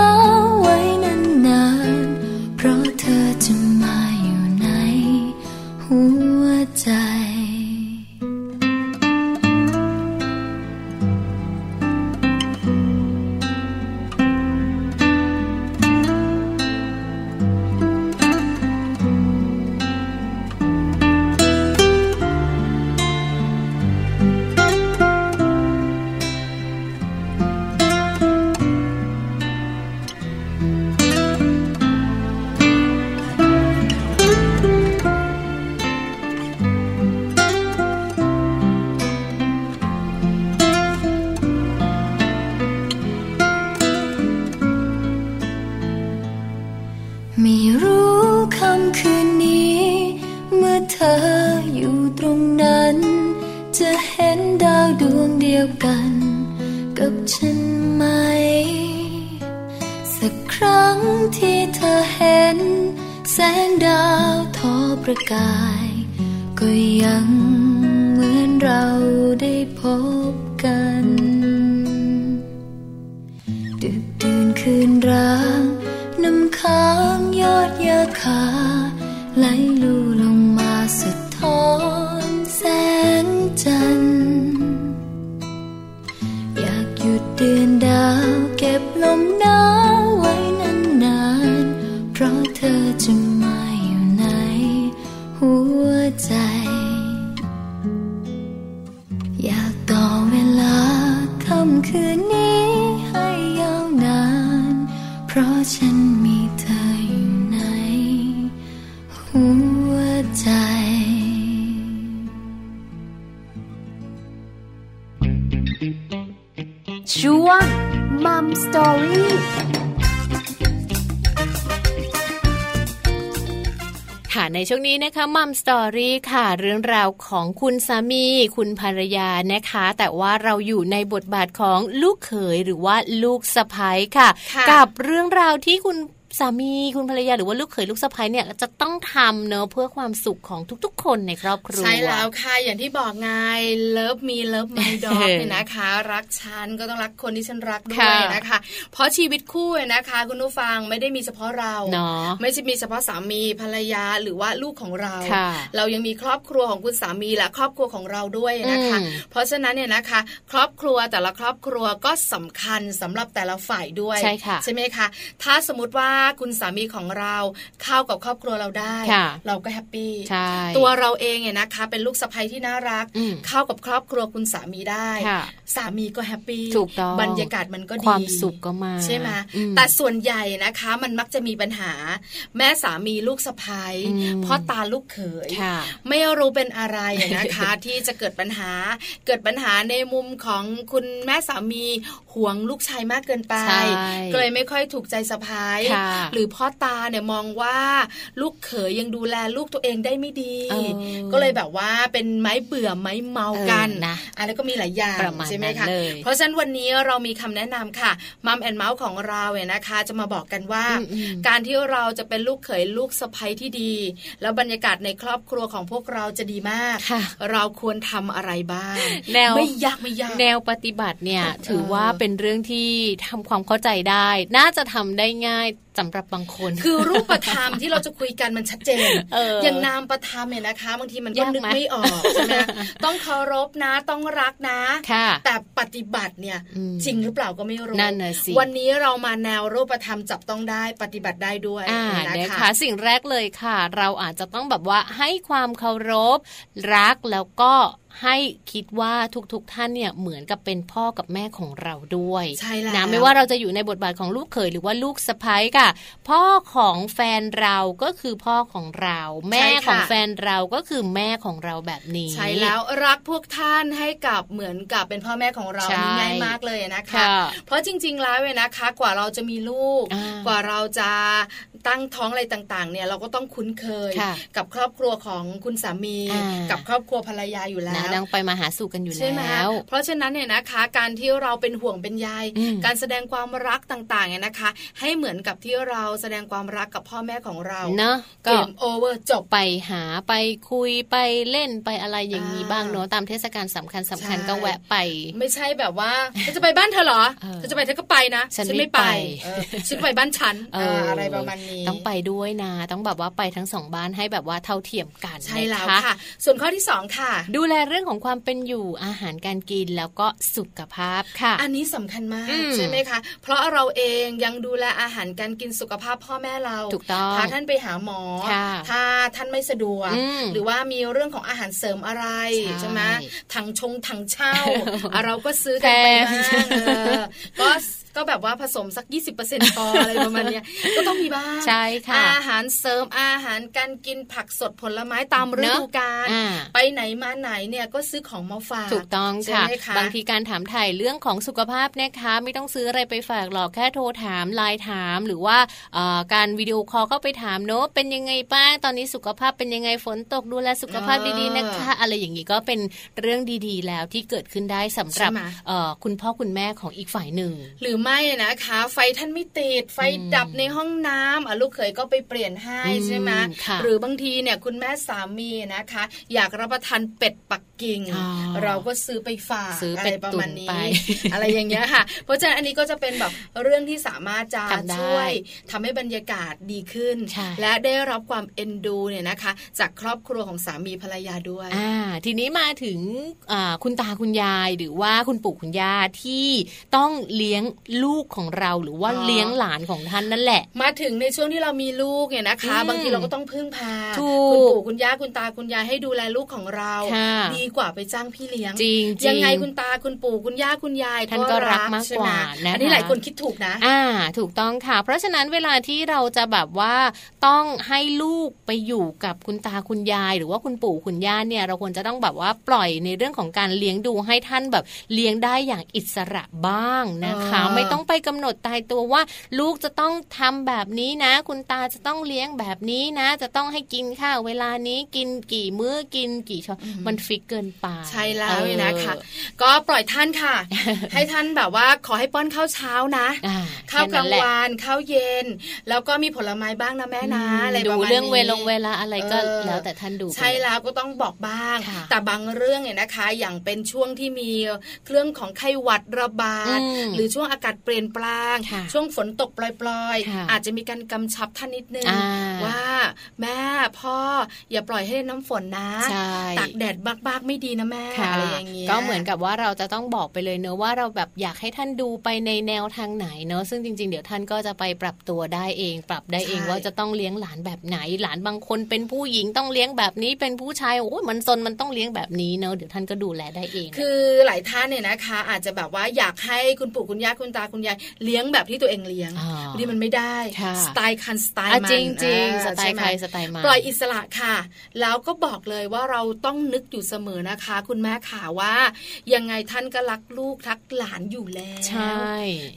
Speaker 1: าวไว้นานๆ เพราะเธอจะมาอยู่ในหัวใจ ไม่รู้คำคืนนี้ เมื่อเธออยู่ตรงนั้น จะเห็นดาวดวงเดียวกัน กับฉันไหม สักครั้งที่เธอเห็น แสงดาวทอประกาย ก็ยังเหมือนเราได้พบกัน ดึกดื่นคืนร้างน้ำค้างยอดยาคาไหลลูลงมาสะท้อนแสงจันทร์ อยากหยุดเดือนดาวเก็บลมหน เพราะฉันมีเธออยู่ในหัวใจ
Speaker 6: ช่วงมัมสตอรี่
Speaker 2: ค่ะในช่วงนี้นะคะมัมสตอรี่ค่ะ เรื่องราวของคุณสามี คุณภรรยานะคะ แต่ว่าเราอยู่ในบทบาทของลูกเขยหรือว่าลูกสะใภ้ค่ะ
Speaker 3: ค่ะ
Speaker 2: กับเรื่องราวที่คุณสามีคุณภรรยาหรือว่าลูกเขยลูกสะใภ้เนี่ยจะต้องทำเนอะเพื่อความสุขของทุกๆ คนในครอบครัว
Speaker 3: ใช่แล้วค่ะอย่างที่บอกไงเลิฟมีเลิฟไม่ดอก เนี่ยนะคะ รักฉันก็ต้องรักคนที่ฉันรักด้วย
Speaker 2: ค่ะ
Speaker 3: นะคะ เพราะชีวิตคู่เนี่ยนะคะ คุณผู้ฟังไม่ได้มีเฉพาะเรา
Speaker 2: เนาะ
Speaker 3: ไม่ใช่มีเฉพาะสามีภรรยาหรือว่าลูกของเรา
Speaker 2: ค่ะ
Speaker 3: เรายังมีครอบครัวของคุณสามีและครอบครัวของเราด้วยนะคะ
Speaker 2: อืม
Speaker 3: เพราะฉะนั้นเนี่ยนะคะ ครอบครัวแต่ละครอบครัวก็สำคัญสำหรับแต่ละฝ่ายด้วย
Speaker 2: ใช่ค่ะ
Speaker 3: ใช่ไหมคะถ้าสมมติว่าคุณสามีของเราเข้ากับครอบครัวเราได้
Speaker 2: ค่ะ
Speaker 3: เราก็แฮปปี้
Speaker 2: ใช่
Speaker 3: ตัวเราเองเนี่ยนะคะ เป็นลูกสะใภ้ที่น่ารัก
Speaker 2: อืม
Speaker 3: เข้ากับครอบครัวคุณสามีได้
Speaker 2: ค่ะ
Speaker 3: สามีก็แฮปปี้
Speaker 2: ถูกต้อง
Speaker 3: บรรยากาศมันก็ดี
Speaker 2: ความสุขก็มา
Speaker 3: ใช่ไหม
Speaker 2: อืม
Speaker 3: แต่ส่วนใหญ่นะคะ มันมักจะมีปัญหา แม่สามีลูกสะใภ้
Speaker 2: อืม
Speaker 3: พ่อตาลูกเขย
Speaker 2: ค่ะ
Speaker 3: ไม่รู้เป็นอะไรนะคะ ที่จะเกิดปัญหา เกิดปัญหาในมุมของคุณแม่สามีห่วงลูกชายมากเกินไป
Speaker 2: ใช่
Speaker 3: ก็เลยไม่ค่อยถูกใจสะพ้าย
Speaker 2: ค่ะ
Speaker 3: หรือพ่อตาเนี่ยมองว่าลูกเขยยังดูแลลูกตัวเองได้ไม่ดี
Speaker 2: เออ
Speaker 3: ก็เลยแบบว่าเป็นไม้เบื่อไม้เมากัน
Speaker 2: เออนะ
Speaker 3: อะไรก็มีหลายอย่าง
Speaker 2: ประมาณ
Speaker 3: ใช่ไหม
Speaker 2: นั้น
Speaker 3: คะ
Speaker 2: เลย
Speaker 3: เพราะฉะนั้นวันนี้เรามีคำแนะนำค่ะมัมแอนเมาส์ของเราเนี่ยนะคะ จะมาบอกกันว่า
Speaker 2: อืมอืม
Speaker 3: การที่เราจะเป็นลูกเขยลูกสะใภ้ที่ดี แล้วบรรยากาศในครอบครัวของพวกเราจะดีมาก
Speaker 2: ค่ะ
Speaker 3: เราควรทำอะไรบ้าง
Speaker 2: แนว
Speaker 3: ไม่ยากไม่ยาก
Speaker 2: แนวปฏิบัติเนี่ยถือ
Speaker 3: เออ
Speaker 2: ว่าเป็นเรื่องที่ทำความเข้าใจได้ น่าจะทำได้ง่ายสำหรับบางคน
Speaker 3: คือรูปธรรมที่เราจะคุยกันมันชัดเจน
Speaker 2: เอออย่าง
Speaker 3: นามประธรรมเนี่ยนะคะบางทีมันก็
Speaker 2: ยากไหม
Speaker 3: นึกไม่ออกใช่ไหม ต้องเคารพนะ ต้องรักนะ
Speaker 2: ค่ะ
Speaker 3: แต่ปฏิบัติเนี่ย
Speaker 2: อืม
Speaker 3: จริงหรือเปล่าก็ไม่รู้
Speaker 2: นั่นน่ะสิ
Speaker 3: วันนี้เรามาแนวรูปธรรมจับต้องได้ปฏิบัติได้ด้วย
Speaker 2: อ่า
Speaker 3: นะ
Speaker 2: นะคะ คะสิ่งแรกเลยค่ะ เราอาจจะต้องแบบว่าให้ความเคารพ รักแล้วก็ให้คิดว่าทุกๆท่านเนี่ยเหมือนกับเป็นพ่อกับแม่ของเราด้วย
Speaker 3: ใช่แล้ว
Speaker 2: นะไม่ว่าเราจะอยู่ในบทบาทของลูกเขยหรือว่าลูกสะใภ้ค่ะ พ่อของแฟนเราก็คือพ่อของเรา แม่
Speaker 3: ใช่
Speaker 2: ของ
Speaker 3: ค่ะ
Speaker 2: แฟนเราก็คือแม่ของเราแบบนี้
Speaker 3: ใช่แล้วรักพวกท่านให้กับเหมือนกับเป็นพ่อแม่ของเรา
Speaker 2: ใช่
Speaker 3: อันนี้ง่ายมากเลยนะคะ
Speaker 2: ค่ะ
Speaker 3: เพราะจริง ๆ แล้วเว้ยนะคะ กว่าเราจะมีลูก
Speaker 2: อ่าก
Speaker 3: กว่าเราจะตั้งท้องอะไรต่างๆ เนี่ยเราก็ต้องคุ้นเคย
Speaker 2: ค่ะ
Speaker 3: กับครอบครัวของคุณสามี
Speaker 2: อ่ากั
Speaker 3: กับครอบครัวภรรยาอยู่แล้
Speaker 2: นะ
Speaker 3: ว
Speaker 2: นางไปมาหาสู่กันอยู่
Speaker 3: ใช่ไหม
Speaker 2: แล้ว
Speaker 3: เพราะฉะนั้นเนี่ยนะคะ การที่เราเป็นห่วงเป็นใย
Speaker 2: อืม
Speaker 3: การแสดงความรักต่างๆเนี่ยนะคะ ให้เหมือนกับที่เราแสดงความรักกับพ่อแม่ของเรา
Speaker 2: เนอะก็
Speaker 3: เกมโอเวอร์จบ
Speaker 2: ไปหาไปคุยไปเล่นไปอะไรอย่างนี้
Speaker 3: อ่า
Speaker 2: บ้างเนอะตามเทศกาลสำคัญสำคัญ
Speaker 3: ใช่
Speaker 2: ก็แวะไป
Speaker 3: ไม่ใช่แบบว่าเธอจะไปบ้านเธอเหรอ
Speaker 2: เออ
Speaker 3: เธอจะไปเธอก็ไปนะ
Speaker 2: ฉัน
Speaker 3: ไม่
Speaker 2: ไม่ไป
Speaker 3: เออฉันไปบ้านฉัน
Speaker 2: เ
Speaker 3: าอะไรประมาณนี้
Speaker 2: ต้องไปด้วยนะ ต้องแบบว่าไปทั้งสองบ้านให้แบบว่าเท่าเทียมกัน
Speaker 3: ใช่แล้ว
Speaker 2: น
Speaker 3: ค่ะ ส่วนข้อที่สองค่ะ
Speaker 2: ดูแลเรื่องของความเป็นอยู่อาหารการกินแล้วก็สุขภาพค่ะ
Speaker 3: อันนี้สำคัญมาก
Speaker 2: อืม
Speaker 3: ใช่ไหมคะ เพราะเราเองยังดูแลอาหารการกินสุขภาพพ่อแม่เรา
Speaker 2: ถูกต้อง
Speaker 3: พาท่านไปหาหมอ
Speaker 2: ค่ะ
Speaker 3: ถ้าท่านไม่สะดวก
Speaker 2: อืม
Speaker 3: หรือว่ามีเรื่องของอาหารเสริมอะไร
Speaker 2: ใช่
Speaker 3: ไหมถังชงถังเช่า อ่ะเราก็ซื้อ
Speaker 2: แพ
Speaker 3: กันไป
Speaker 2: ง
Speaker 3: บ้างเออก็ก็แบบว่าผสมสัก 20%พออะไรประมาณเนี้ยก็ต้องมีบ้าง
Speaker 2: ใช่ค่ะ
Speaker 3: อาหารเสริมอาหารการกินผักสดผลไม้ตามฤดูกาล
Speaker 2: อ่า
Speaker 3: ไปไหนมาไหนเนี่ยก็ซื้อของมาฝาก
Speaker 2: ถูกต้องค่ะ
Speaker 3: ใช่ไหมคะ
Speaker 2: บางทีการถามถ่ายเรื่องของสุขภาพนะคะ ไม่ต้องซื้ออะไรไปฝากหรอกแค่โทรถามไลน์ถามหรือว่าเอ่อการวิดีโอคอลเข้าไปถามเนอะเป็นยังไงบ้างตอนนี้สุขภาพเป็นยังไงฝนตกดูแลสุขภาพ
Speaker 3: เออ
Speaker 2: ดีๆนะคะ อะไรอย่างนี้ก็เป็นเรื่องดีๆ แล้วที่เกิดขึ้นได้สำหรับ
Speaker 3: ใช่ไหม
Speaker 2: เอ่อคุณพ่อคุณแม่ของอีกฝ่ายหนึ่ง
Speaker 3: หรือไม่นะคะ ไฟท่านไม่ติดไฟดับในห้องน้ำอ่ะลูกเขยก็ไปเปลี่ยนให้
Speaker 2: อืม
Speaker 3: ใช่ไหม
Speaker 2: ค่ะ
Speaker 3: หรือบางทีเนี่ยคุณแม่สามีนะคะ อยากรับประทานเป็ดปักกิ่ง
Speaker 2: อ๋อ
Speaker 3: เราก็ซื้อไปฝาก
Speaker 2: ซื้อ
Speaker 3: อะ
Speaker 2: เป็
Speaker 3: ไร
Speaker 2: ด
Speaker 3: ประ
Speaker 2: ตุ๋
Speaker 3: มาน ณ
Speaker 2: ไป
Speaker 3: นี้ อะไรอย่างเงี้ยค่ะ เพราะฉะนั้นอันนี้ก็จะเป็นแบบเรื่องที่สามารถจะ
Speaker 2: ทำได้
Speaker 3: ช่วยทำให้บรรยากาศดีขึ้น
Speaker 2: ใช่
Speaker 3: และได้รับความเอ็นดูเนี่ยนะคะ จากครอบครัวของสามีภรรยาด้วย
Speaker 2: อ่าทีนี้มาถึงอ่าคุณตาคุณยายหรือว่าคุณปู่คุณย่าที่ต้องเลี้ยง ลูกของเราหรือว่า
Speaker 3: อ๋อ
Speaker 2: เลี้ยงหลานของท่านนั่นแหละ
Speaker 3: มาถึงในช่วงที่เรามีลูกเนี่ยนะคะ
Speaker 2: อืม
Speaker 3: บางทีเราก็ต้องพึ่งพา
Speaker 2: ถู
Speaker 3: คุณ
Speaker 2: ก
Speaker 3: ปู่คุณย่าคุณตาคุณยายให้ดูแลลูกของเรา
Speaker 2: ค่ะ
Speaker 3: ดีกว่าไปจ้างพี่เลี้ยง
Speaker 2: จริงๆ
Speaker 3: ยังไงคุณตาคุณปู่คุณย่าคุณยาย
Speaker 2: ท่านก็รักมาก
Speaker 3: ใช่
Speaker 2: ก
Speaker 3: ไห
Speaker 2: ว่านะคะ
Speaker 3: อันนี้หลายคนคิดถูกนะ
Speaker 2: อ่าถูกต้องค่ะ เพราะฉะนั้นเวลาที่เราจะแบบว่าต้องให้ลูกไปอยู่กับคุณตาคุณยาย หรือว่าคุณปู่คุณย่าเนี่ยเราควรจะต้องแบบว่าปล่อยในเรื่องของการเลี้ยงดูให้ท่านแบบเลี้ยงได้อย่างอิสระบ้างนะคะ
Speaker 3: อ่า
Speaker 2: ไม่ต้องไปกำหนดตายตัวว่า ลูกจะต้องทำแบบนี้นะ คุณตาจะต้องเลี้ยงแบบนี้นะ จะต้องให้กินข้าวเวลานี้กินกี่มื้อกินกี่ช้อนมันฟิกเกินไป
Speaker 3: ใช่แล้วเนี่ยนะคะ
Speaker 2: เออ
Speaker 3: ก็ปล่อยท่าน ค่ะ ให้ท่านแบบว่าขอให้ป้อนข้าวเช้านะ
Speaker 2: อ่า
Speaker 3: ข้าวก
Speaker 2: แค่
Speaker 3: ลาง
Speaker 2: นั้นแหละ
Speaker 3: วานข้าวเย็น แล้วก็มีผลไม้บ้างนะแม่นะ
Speaker 2: อืม
Speaker 3: อะไรประ
Speaker 2: ดู
Speaker 3: มาณนี้
Speaker 2: เรื่องเวลงเวลาอะไรก็
Speaker 3: เออ
Speaker 2: แล้วแต่ท่านดูไป
Speaker 3: ใช่แล้วก็ต้องบอกบ้าง
Speaker 2: ค่ะ
Speaker 3: แต่บางเรื่องเนี่ยนะคะ อย่างเป็นช่วงที่มีเรื่องของไข้หวัดระบาด
Speaker 2: อืม
Speaker 3: หรือช่วงอากาศเปลี่ยนแปลง
Speaker 2: ค่ะ
Speaker 3: ช่วงฝนตกปล่อย
Speaker 2: ค่ะ
Speaker 3: ๆ อาจจะมีการกำชับท่านนิดนึง
Speaker 2: อ่า
Speaker 3: ว่าแม่พ่ออย่าปล่อยให้น้ำฝนนะ
Speaker 2: ใช่
Speaker 3: ตากแดดมากๆไม่ดีนะแม่
Speaker 2: ค่ะ
Speaker 3: อะไรอย่างเงี้ย
Speaker 2: ก็เหมือนกับว่าเราจะต้องบอกไปเลยเนอะว่าเราแบบอยากให้ท่านดูไปในแนวทางไหนเนอะซึ่งจริง ๆ เดี๋ยวท่านก็จะไปปรับตัวได้เอง ปรับได้เอง
Speaker 3: ใช่
Speaker 2: ว่าจะต้องเลี้ยงหลานแบบไหน หลานบางคนเป็นผู้หญิงต้องเลี้ยงแบบนี้ เป็นผู้ชายโอ้ยมันซนมันต้องเลี้ยงแบบนี้เนอะเดี๋ยวท่านก็ดูแลได้เอง
Speaker 3: คือหลายท่านเนี่ยนะคะ อาจจะแบบว่าอยากให้คุณปู่คุณย่าคุณตาคุณยายเลี้ยงแบบที่ตัวเองเลี้ยง
Speaker 2: อ๋อบ
Speaker 3: างทีมันไม่ได้
Speaker 2: ค่ะ
Speaker 3: สไตล์คันสไตล์
Speaker 2: อ่ะ
Speaker 3: มัน
Speaker 2: จริงจริง
Speaker 3: อ่า
Speaker 2: สไตล์
Speaker 3: ใช่ไหม
Speaker 2: ใครสไตล์มัน
Speaker 3: ปล่อยอิสระค่ะ แล้วก็บอกเลยว่าเราต้องนึกอยู่เสมอนะคะ คุณแม่ค่ะว่า ยังไงท่านก็รักลูกรักหลานอยู่แล้ว
Speaker 2: ใช่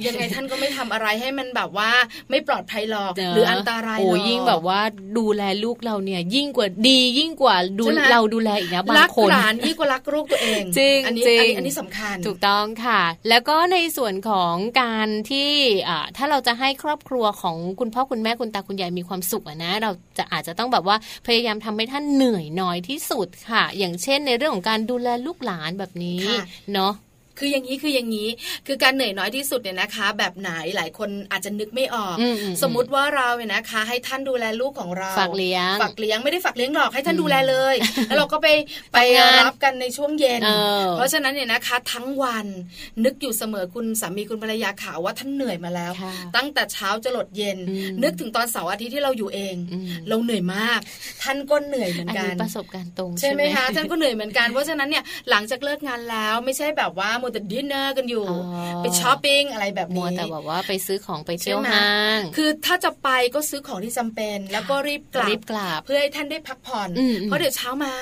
Speaker 3: ยังไงท่านก็ไม่ทำอะไรให้มันแบบว่าไม่ปลอดภัยหรอก
Speaker 2: เะ
Speaker 3: หรืออันตรายหรอก
Speaker 2: โอ้ยิ่งแบบว่าดูแลลูกเราเนี่ย ยิ่งกว่าดียิ่งกว่าดู
Speaker 3: ใช่ไหม
Speaker 2: เราดูแลอีกนะบาง
Speaker 3: รัก
Speaker 2: คน
Speaker 3: หลานยิ่งกว่ารักลูกตัวเอง
Speaker 2: จริง
Speaker 3: อันี้
Speaker 2: จริง
Speaker 3: อันี้อันนี้สำคัญ
Speaker 2: ถูกต้องค่ะ แล้วก็ในส่วนของการที่อ่าถ้าเราจะให้ครอบครัวของคุณพ่อคุณแม่คุณตาคุณยายมีความสุขอะนะ เราจะอาจจะต้องแบบว่าพยายามทำให้ท่านเหนื่อยน้อยที่สุดค่ะ อย่างเช่นในเรื่องของการดูแลลูกหลานแบบนี้
Speaker 3: ค่ะ
Speaker 2: เนาะ
Speaker 3: คืออย่างนี้คืออย่างนี้ คือการเหนื่อยน้อยที่สุดเนี่ยนะคะ แบบไหนหลายคนอาจจะนึกไม่ออก
Speaker 2: อืมอืม
Speaker 3: สมมติว่าเราเนี่ยนะคะ ให้ท่านดูแลลูกของเรา
Speaker 2: ฝากเลี้ยง
Speaker 3: ฝากเลี้ยงไม่ได้ฝากเลี้ยงหรอกให้ท่านดูแลเลย แล้วเราก็ไปไป
Speaker 2: ทำงาน
Speaker 3: รับกันในช่วงเย็น
Speaker 2: เออ
Speaker 3: เพราะฉะนั้นเนี่ยนะคะ ทั้งวันนึกอยู่เสมอคุณสามีคุณภรรยาขาวว่าท่านเหนื่อยมาแล้ว
Speaker 2: ค่ะ
Speaker 3: ตั้งแต่เช้าจะหลดเย็น
Speaker 2: อืม
Speaker 3: นึกถึงตอนเสาร์อาทิตย์ที่เราอยู่เอง
Speaker 2: อืม
Speaker 3: เราเหนื่อยมาก ท่านก็เหนื่อยเหมือน
Speaker 2: อัน
Speaker 3: กั
Speaker 2: นี้
Speaker 3: น
Speaker 2: ประสบการณ์ตรง
Speaker 3: ใช่
Speaker 2: ใช่
Speaker 3: ไหมคะท่านก็เหนื่อยเหมือนกัน เพราะฉะนั้นเนี่ยหลังจากเลิกงานแล้วไม่ใช่แบบว่ามัวแต่ดินเนอร์กันอยู่
Speaker 2: อ๋อ
Speaker 3: ไปช้อปปิ้งอะไรแบบ
Speaker 2: มัว
Speaker 3: นี้
Speaker 2: แต่แบบว่าไปซื้อของไป
Speaker 3: ใช่
Speaker 2: เที่ยว
Speaker 3: ไหม
Speaker 2: ห้าง
Speaker 3: คือถ้าจะไปก็ซื้อของที่จำเป็น แล้วก็รีบกลั
Speaker 2: รี
Speaker 3: บบ
Speaker 2: กลับ
Speaker 3: เพื่อให้ท่านได้พักผ่อน
Speaker 2: อืม
Speaker 3: เพราะเดี๋ยวเช้ามา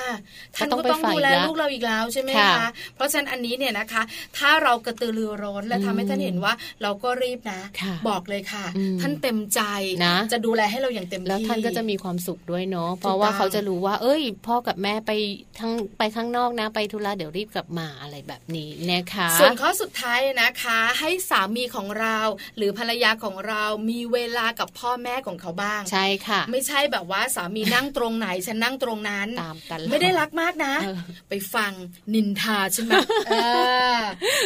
Speaker 3: ท่าน
Speaker 2: ก็ต้
Speaker 3: ก็ต้
Speaker 2: องไป
Speaker 3: อง
Speaker 2: ฝ่าย
Speaker 3: ดูแล
Speaker 2: อีกละ
Speaker 3: ลูกเราอีกแล้วใช่ไหม
Speaker 2: ค่ะ
Speaker 3: คะเพราะฉะนั้นอันนี้เนี่ยนะคะ ถ้าเรากระตือรือร้นและทำให้ท่านเห็นว่าเราก็รีบนะ
Speaker 2: ค่ะ
Speaker 3: บอกเลยค่ะ
Speaker 2: อืม
Speaker 3: ท่านเต็มใจ
Speaker 2: นะ
Speaker 3: จะดูแลให้เราอย่างเต็มที่
Speaker 2: แล้วท่านก็จะมีความสุขด้วยเนาะ เพ
Speaker 3: ถู
Speaker 2: ราะ
Speaker 3: ก
Speaker 2: ว่า
Speaker 3: ต้อง
Speaker 2: เขาจะรู้ว่า เอ้ย พ่อกับแม่ไปทั้งไปข้างนอกนะ ไปธุระเดี๋ยวรีบกลับมาอะไรแบบนี้นะคะ
Speaker 3: ส่วนข้อสุดท้ายนะคะ ให้สามีของเราหรือภรรยาของเรามีเวลากับพ่อแม่ของเขาบ้าง
Speaker 2: ใช่ค่ะ
Speaker 3: ไม่ใช่แบบว่าสามีนั่งตรงไหน ฉันนั่งตรงนั้น
Speaker 2: ตามกัน
Speaker 3: ไม่ได้รักมากนะ
Speaker 2: เออ
Speaker 3: ไปฟังนินทาใช่ไหมเออ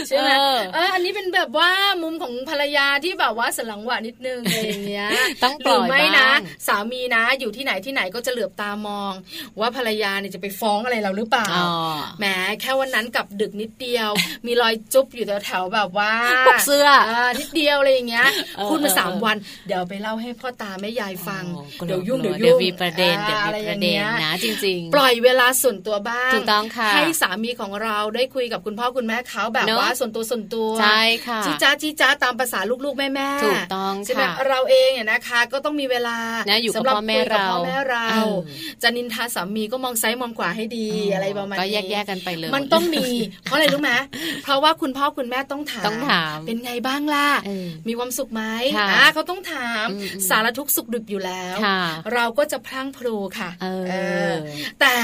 Speaker 3: ใช่ไหม
Speaker 2: เออ
Speaker 3: เอออันนี้เป็นแบบว่ามุมของภรรยาที่แบบว่าสลังหวะนิดนึงอะไรอย่างเงี้ย
Speaker 2: ต้องปล่อย
Speaker 3: หรืไม่นะ
Speaker 2: บ้าง
Speaker 3: สามีนะ อยู่ที่ไหนที่ไหนก็จะเหลือบตามอง ว่าภรรยาเนี่ยจะไปฟ้องอะไรเราหรือเปล่า
Speaker 2: อ๋อ
Speaker 3: แหมแค่วันนั้นกลับดึกนิดเดียว มีรอยจุ๊บอยู่แถวๆแบบว่า
Speaker 2: ปกเสื้อ
Speaker 3: านิดเดียวอะไรอย่างเงี้ย
Speaker 2: เออ
Speaker 3: พูดมา
Speaker 2: เออ
Speaker 3: สาม
Speaker 2: เออ
Speaker 3: วัน เดี๋ยวไปเล่าให้พ่อตาแม่ยายฟัง
Speaker 2: อ๋อกลั
Speaker 3: เดี๋ยวยุ่ง
Speaker 2: กลั
Speaker 3: เดี๋ยว
Speaker 2: เดี๋
Speaker 3: ยุ่
Speaker 2: ยว
Speaker 3: ง
Speaker 2: มีประเด็น
Speaker 3: อ่า
Speaker 2: เดี๋ยวมี
Speaker 3: อไอ
Speaker 2: ป
Speaker 3: ย่า
Speaker 2: ระ
Speaker 3: ง
Speaker 2: เด็น
Speaker 3: งี้ย
Speaker 2: นะ จริง
Speaker 3: ปล่อยเวลาส่วนตัวบ้าง
Speaker 2: ถูกต้องค่ะ
Speaker 3: ให้สามีของเราได้คุยกับคุณพ่อคุณแม่เขาแบบ
Speaker 2: เนอะ
Speaker 3: ว่าส่วนตัวส่วนตัว
Speaker 2: ใช่ค่ะ
Speaker 3: จีจ้าจีจ้าตามภาษาลูกๆแม่แม่ๆ
Speaker 2: ถูกต้อง
Speaker 3: ใช่ไหม
Speaker 2: ค่ะ
Speaker 3: เราเองเนี่ยนะคะ ก็ต้องมีเวลา
Speaker 2: นะอยู่กับ
Speaker 3: สำหรับ
Speaker 2: พ่อแม่
Speaker 3: คุยกับ
Speaker 2: เรา
Speaker 3: พ่อแม่เรา
Speaker 2: เออ
Speaker 3: จะนินทาสามีก็มองซ้ายมองขวาให้ดีอะไรประมาณ
Speaker 2: ก็
Speaker 3: นี้
Speaker 2: แยกๆกันไปเลย
Speaker 3: มันต้องมี เพราะอะไรรู้ไหมเพราะว่าคุณพ่อคุณแม่ต้องถาม
Speaker 2: ต้องถาม
Speaker 3: เป็นไงบ้างล่ะ
Speaker 2: เออ
Speaker 3: มีความสุขไหม
Speaker 2: ค่ะ
Speaker 3: อ่าเขาต้องถาม
Speaker 2: อืม
Speaker 3: สารทุกข์สุขดิบอยู่แล้ว
Speaker 2: ค่ะ
Speaker 3: เราก็จะพลั้งพลูค่ะ
Speaker 2: เออ
Speaker 3: เออแต่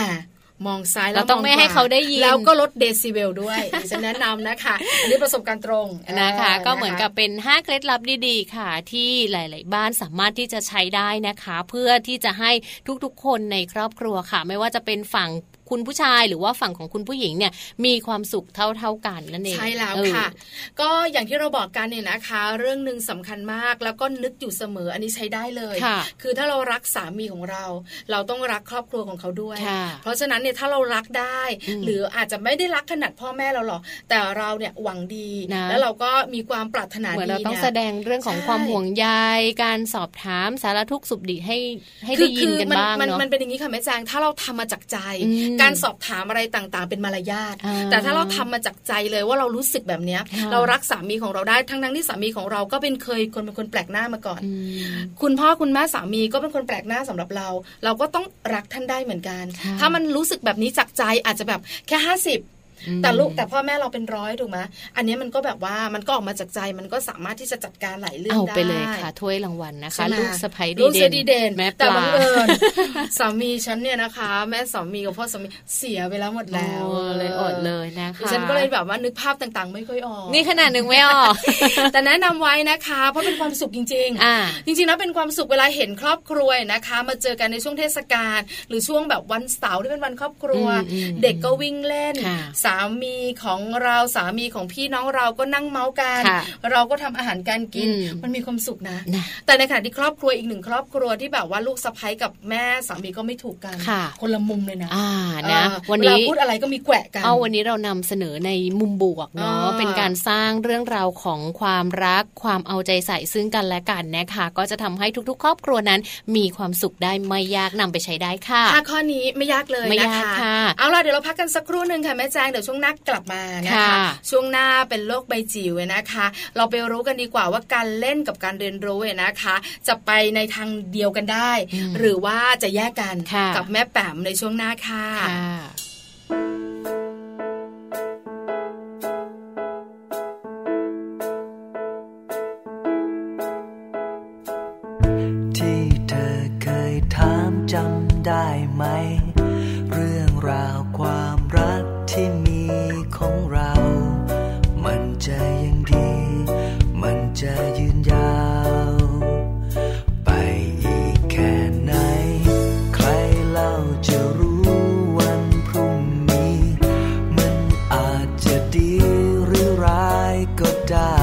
Speaker 3: มองซ้ายแล้ว
Speaker 2: เราต้อ
Speaker 3: ข
Speaker 2: ง
Speaker 3: วา
Speaker 2: ไม่ให้เขาได้ยิน
Speaker 3: แล้วก็ลดเดซิเบลด้วย ดิฉันแนะนำนะคะอันนี่ประสบการณ์ตรง
Speaker 2: นะคะ
Speaker 3: ออ
Speaker 2: ก็เหมือนกับเป็น 5 เคล็ดลับดีๆ ค่ะ ที่หลาย ๆ บ้านสามารถที่จะใช้ได้นะคะ เพื่อที่จะให้ทุกๆ คนในครอบครัวค่ะ ไม่ว่าจะเป็นฝั่ง คุณผู้ชายหรือว่าฝั่งของคุณผู้หญิงเนี่ยมีความสุขเท่าๆกันนั่นเอง
Speaker 3: ใช่แล้ว
Speaker 2: เออ
Speaker 3: ค่ะ ก็อย่างที่เราบอกกันเนี่ยนะคะ เรื่องหนึ่งสำคัญมากแล้วก็นึกอยู่เสมออันนี้ใช้ได้เลย
Speaker 2: ค่ะ
Speaker 3: อถ้าเรารักสามีของเรา เราต้องรักครอบครัวของเขาด้วย
Speaker 2: ค่ะ
Speaker 3: เพราะฉะนั้นเนี่ยถ้าเรารักได้ หรืออาจจะไม่ได้รักขนาดพ่อแม่เราหรอกแต่เราเนี่ยหวังดี
Speaker 2: นะ
Speaker 3: แล้วเราก็มีความปรารถนา
Speaker 2: เหมือน
Speaker 3: ดี
Speaker 2: เราต้อง
Speaker 3: ย
Speaker 2: แสดงเรื่องของ
Speaker 3: ใช่
Speaker 2: ความห่วงใยการสอบถามสารทุกข์สุขดิบให้ให้
Speaker 3: คื
Speaker 2: ได้ยินกัน
Speaker 3: มั
Speaker 2: บ้าง
Speaker 3: มั
Speaker 2: เนาะ
Speaker 3: มันเป็นอย่างนี้ค่ะแม่แจงถ้าเราทำมาจากใจ
Speaker 2: อืม
Speaker 3: การสอบถามอะไรต่างๆ เป็นมารยาท
Speaker 2: อ่า
Speaker 3: แต่ถ้าเราทำมาจากใจเลยว่าเรารู้สึกแบบเนี้ย
Speaker 2: ค่ะ
Speaker 3: เรารักสามีของเราได้ทั้งๆที่สามีของเราก็เป็นเคยคนเป็นคนแปลกหน้ามาก่อน
Speaker 2: อืม
Speaker 3: คุณพ่อคุณแม่สามีก็เป็นคนแปลกหน้าสำหรับเรา เราก็ต้องรักท่านได้เหมือนกัน
Speaker 2: ค่ะ
Speaker 3: ถ้ามันรู้สึกแบบนี้จากใจอาจจะแบบแค่ห้าสิบแต่ลูกแต่พ่อแม่เราเป็นร้อยถูกไหมอันนี้มันก็แบบว่ามันก็ออกมาจากใจมันก็สามารถที่จะจัดการหลายเรื่อง
Speaker 2: เอา
Speaker 3: ได้
Speaker 2: ไปเลยค่ะถ้วยรางวัลนะคะ
Speaker 3: ใช่ไหม
Speaker 2: ลูกสะใภ้
Speaker 3: ลูกสะดีเด่น
Speaker 2: แม่ป
Speaker 3: แต่
Speaker 2: ลา
Speaker 3: บังเอิญ สามีฉันเนี่ยนะคะ แม่สามีกับพ่อสามีเสียไปแล้วหมดแล้ว
Speaker 2: โอ้เลยอดเลยนะคะ
Speaker 3: ดิฉันก็เลยแบบว่านึกภาพต่างๆ ไม่ค่อยออก
Speaker 2: นี่ขนาดหนึ่งไม่อ อก
Speaker 3: แต่แนะนำไว้นะคะ เพราะเป็นความสุขจริง ๆ
Speaker 2: อ่า
Speaker 3: จริงๆนะเป็นความสุขเวลาเห็นครอบครัวนะคะ มาเจอกันในช่วงเทศกาลหรือช่วงแบบวันเสาร์ที่เป็นวันครอบครัว
Speaker 2: อืมอืม
Speaker 3: เด็กก็วิ่งเล่น
Speaker 2: ค่ะ
Speaker 3: สามีของเราสามีของพี่น้องเราก็นั่งเมาส์กัน
Speaker 2: ค่ะ
Speaker 3: เราก็ทำอาหารการกิน
Speaker 2: อืม
Speaker 3: มันมีความสุขนะ
Speaker 2: นะ
Speaker 3: แต่ในขณะที่ครอบครัวอีกหนึ่งครอบครัวที่แบบว่าลูกสะใภ้กับแม่สามีก็ไม่ถูกกัน
Speaker 2: ค่ะ
Speaker 3: คนละมุมเลยนะ
Speaker 2: อ่านะ
Speaker 3: เออ
Speaker 2: วัน
Speaker 3: เา
Speaker 2: นี้
Speaker 3: พูดอะไรก็มีแกวะกัน
Speaker 2: เอาวันนี้เรานำเสนอในมุมบวกเนาะ
Speaker 3: อ่า
Speaker 2: เป็นการสร้างเรื่องราวของความรักความเอาใจใส่ซึ่งกันและกันนะคะ ก็จะทำให้ทุกๆ ครอบครัวนั้น มีความสุขได้ไม่ยากนำไปใช้ได้ค่ะ
Speaker 3: ้าข้อนี้ไม่ยากเลย
Speaker 2: ไม่
Speaker 3: นะ
Speaker 2: ยาก
Speaker 3: คะ
Speaker 2: ค่ะ
Speaker 3: เอาล่ะเดี๋ยวเราพักกันสักครู่หนึ่งค่ะแม่แจงเดี๋ยวช่วงหน้ากลับมานะคะ
Speaker 2: ค่ะ
Speaker 3: ช่วงหน้าเป็นโลกใบจิ๋วเลยนะคะ เราไปรู้กันดีกว่าว่าการเล่นกับการเรียนรู้เนี่ยนะคะ จะไปในทางเดียวกันได้ หรือว่าจะแยกกัน
Speaker 2: ค่ะ
Speaker 3: กับแม่แป๋มในช่วงหน้าค่ะ
Speaker 2: ค่ะ
Speaker 5: ที่เธอเคยถามจำได้ไหม เรื่องราวความรักที่มีของเรา มันจะยังดี มันจะยืนยาว ไปอีกแค่ไหน ใครเล่าจะรู้วันพรุ่งนี้ มันอาจจะดีหรือร้ายก็ได้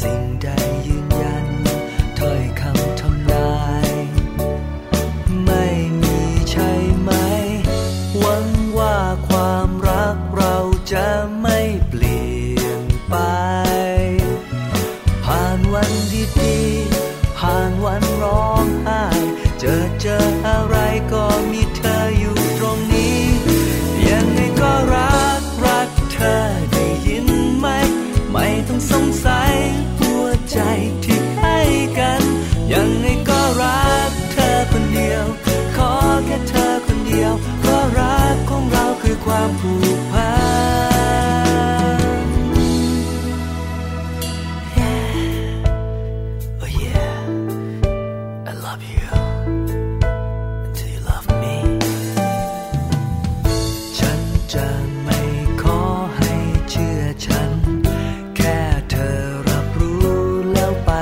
Speaker 5: สิ่งใดยืนยันถ้อยคำทำลาย ไม่มีใช่ไหม หวังว่าความรักเราจะไม่เปลี่ยนไป ผ่านวันดีดีๆผ่านวันร้องไห้ เจอเจออะไรก็มีเธออยู่ตรงนี้ ยังไงก็รักรักเธอได้ยินไหม ไม่ต้องสงสัยหัวใจที่ให้กัน ยังไงก็รักเธอคนเดียว ขอแค่เธอคนเดียว เพราะรักของเราคือความผูกพัน Oh yeah, I love you until you love me. ฉันจะไม่ขอให้เชื่อฉัน แค่เธอรับรู้แล้วไป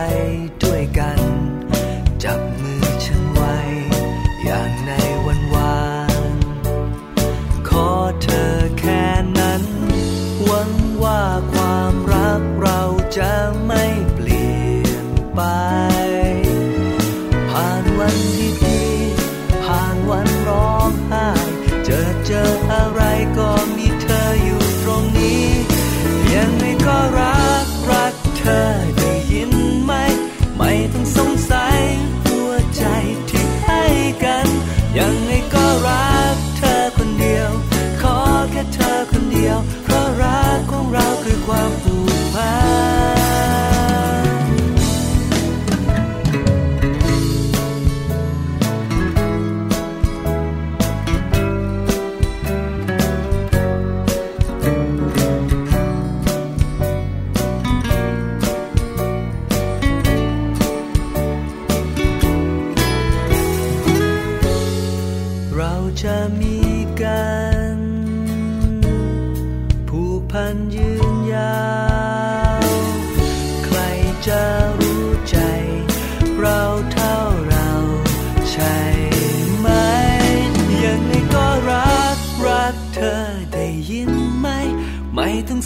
Speaker 5: ด้วยกัน จับมือฉันไว้ อย่างในวันวาน ขอเธอแค่นั้น หวังว่าความรักเราจะไม่เปลี่ยนไป ผ่านวันที่ดีผ่านวันร้องไห้เจอเจออะไรก็มีเธออยู่ตรงนี้ ยังไงก็รักรักเธอได้ยินไหม ไม่ต้องสงสัยหัวใจที่ให้กัน ยังไงก็รักเธอคนเดียว ขอแค่เธอคนเดียว เพราะรักของเราคือความผูกพัน เราจะมีกัน ผูกพันยืนยาว ใครจะรู้ใจ เราเท่าเราใช่ไหมยังไงก็รัก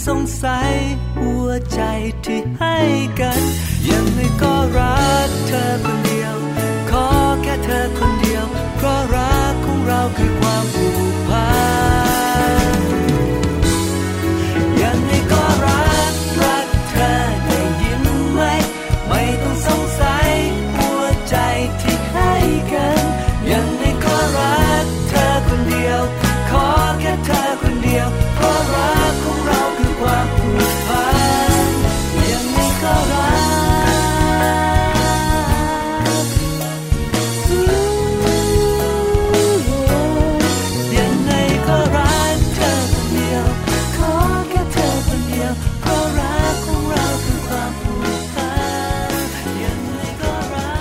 Speaker 5: สงสัยหัวใจที่ให้กัน ยังไงก็รักเธอคนเดียว ขอแค่เธอคนเดียว เพราะรักของเราคือความผูกพัน ยังไงก็รัก รักเธอได้ยินไหม ไม่ต้องสงสัยหัวใจที่ให้กัน ยังไงก็รักเธอคนเดียว ขอแค่เธอคนเดียว เพราะรักของเราคือความผูกพัน ยังไงก็รัก ยังไงก็รักเธอคนเดียว ขอแค่เธอคนเดียวเพราะรักของเราคือความผูกพันยังไงก็รัก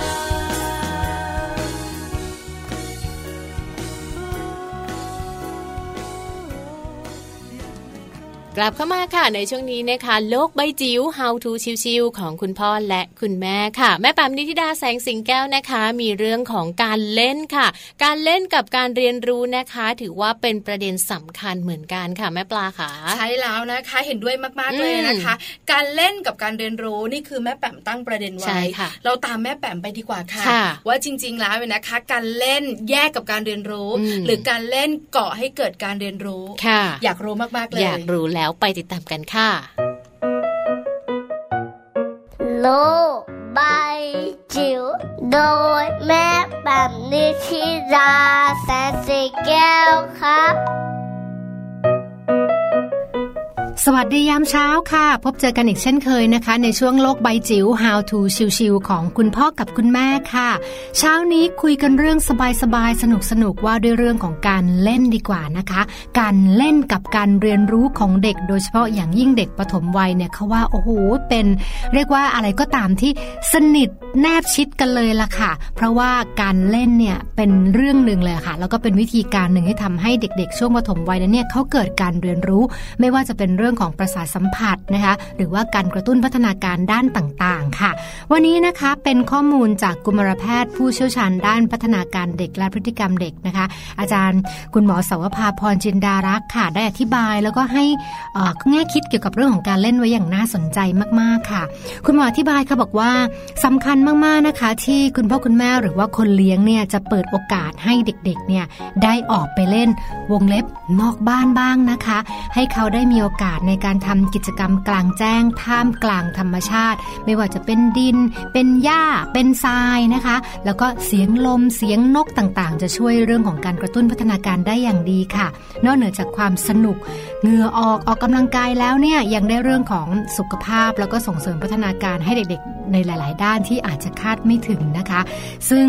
Speaker 2: กลับเข้ามาค่ะในช่วงนี้นะคะ โลกใบจิ๋ว How to ชิวๆของคุณพ่อและคุณแม่ค่ะ แม่แปมนิธิดาแสงสิงแก้วนะคะ มีเรื่องของการเล่นค่ะ การเล่นกับการเรียนรู้นะคะ ถือว่าเป็นประเด็นสำคัญเหมือนกันค่ะแม่ปลาค่ะ
Speaker 3: ใช่แล้วนะคะเห็นด้วยมากๆ
Speaker 2: อืม
Speaker 3: เลยนะคะ การเล่นกับการเรียนรู้นี่คือแม่แปมตั้งประเด็น
Speaker 2: ใช่
Speaker 3: ไว้
Speaker 2: ค่ะ
Speaker 3: เราตามแม่แปมไปดีกว่าค่ะ
Speaker 2: ค่ะ
Speaker 3: ว่าจริง ๆแล้วเนี่ยนะคะ การเล่นแยกกับการเรียนรู้
Speaker 2: อืม
Speaker 3: หรือการเล่นก่อให้เกิดการเรียนรู้
Speaker 2: ค่ะ
Speaker 3: อยากรู้มากๆเลย
Speaker 2: อยากรู้แล้วไปติดตามกันค่ะ
Speaker 7: lô bay chiều đôi mép bằng đi khi ra sẽ xì keo khắp
Speaker 8: สวัสดียามเช้าค่ะ พบเจอกันอีกเช่นเคยนะคะ ในช่วงโลกใบจิ๋ว How to ชิวๆของคุณพ่อกับคุณแม่ค่ะ เช้านี้คุยกันเรื่องสบายๆ สนุกๆ ว่าด้วยเรื่องของการเล่นดีกว่านะคะ การเล่นกับการเรียนรู้ของเด็ก โดยเฉพาะอย่างยิ่งเด็กปฐมวัยเนี่ยเขาว่าโอ้โหเป็น เรียกว่าอะไรก็ตามที่สนิทแนบชิดกันเลยล่ะค่ะ เพราะว่าการเล่นเนี่ยเป็นเรื่องหนึ่งเลยค่ะ แล้วก็เป็นวิธีการหนึ่งให้ทำให้เด็กๆ ช่วงปฐมวัยนั้นเนี่ยเขาเกิดการเรียนรู้ ไม่ว่าจะเป็นเรื่องของประสาทสัมผัสนะคะ หรือว่าการกระตุ้นพัฒนาการด้านต่างๆค่ะ วันนี้นะคะเป็นข้อมูลจากกุมารแพทย์ ผู้เชี่ยวชาญด้านพัฒนาการเด็กและพฤติกรรมเด็กนะคะ อาจารย์คุณหมอสาวภาพรจินดารักษ์ค่ะ ได้อธิบายแล้วก็ให้เอ่อแง่คิดเกี่ยวกับเรื่องของการเล่นไว้อย่างน่าสนใจมากๆค่ะ คุณหมออธิบายค่ะบอกว่าสำคัญมากๆนะคะ ที่คุณพ่อคุณแม่หรือว่าคนเลี้ยงเนี่ยจะเปิดโอกาสให้เด็กๆเนี่ยได้ออกไปเล่นวงเล็บนอกบ้านบ้างนะคะ ให้เขาได้มีโอกาสในการทำกิจกรรมกลางแจ้งท่ามกลางธรรมชาติ ไม่ว่าจะเป็นดิน เป็นหญ้า เป็นทรายนะคะ แล้วก็เสียงลมเสียงนกต่างๆ จะช่วยเรื่องของการกระตุ้นพัฒนาการได้อย่างดีค่ะ นอกเหนือจากความสนุก เหงื่อออกออกกำลังกายแล้วเนี่ยยังได้เรื่องของสุขภาพแล้วก็ส่งเสริมพัฒนาการให้เด็กๆ ในหลาย ๆ ด้านที่อาจจะคาดไม่ถึงนะคะ ซึ่ง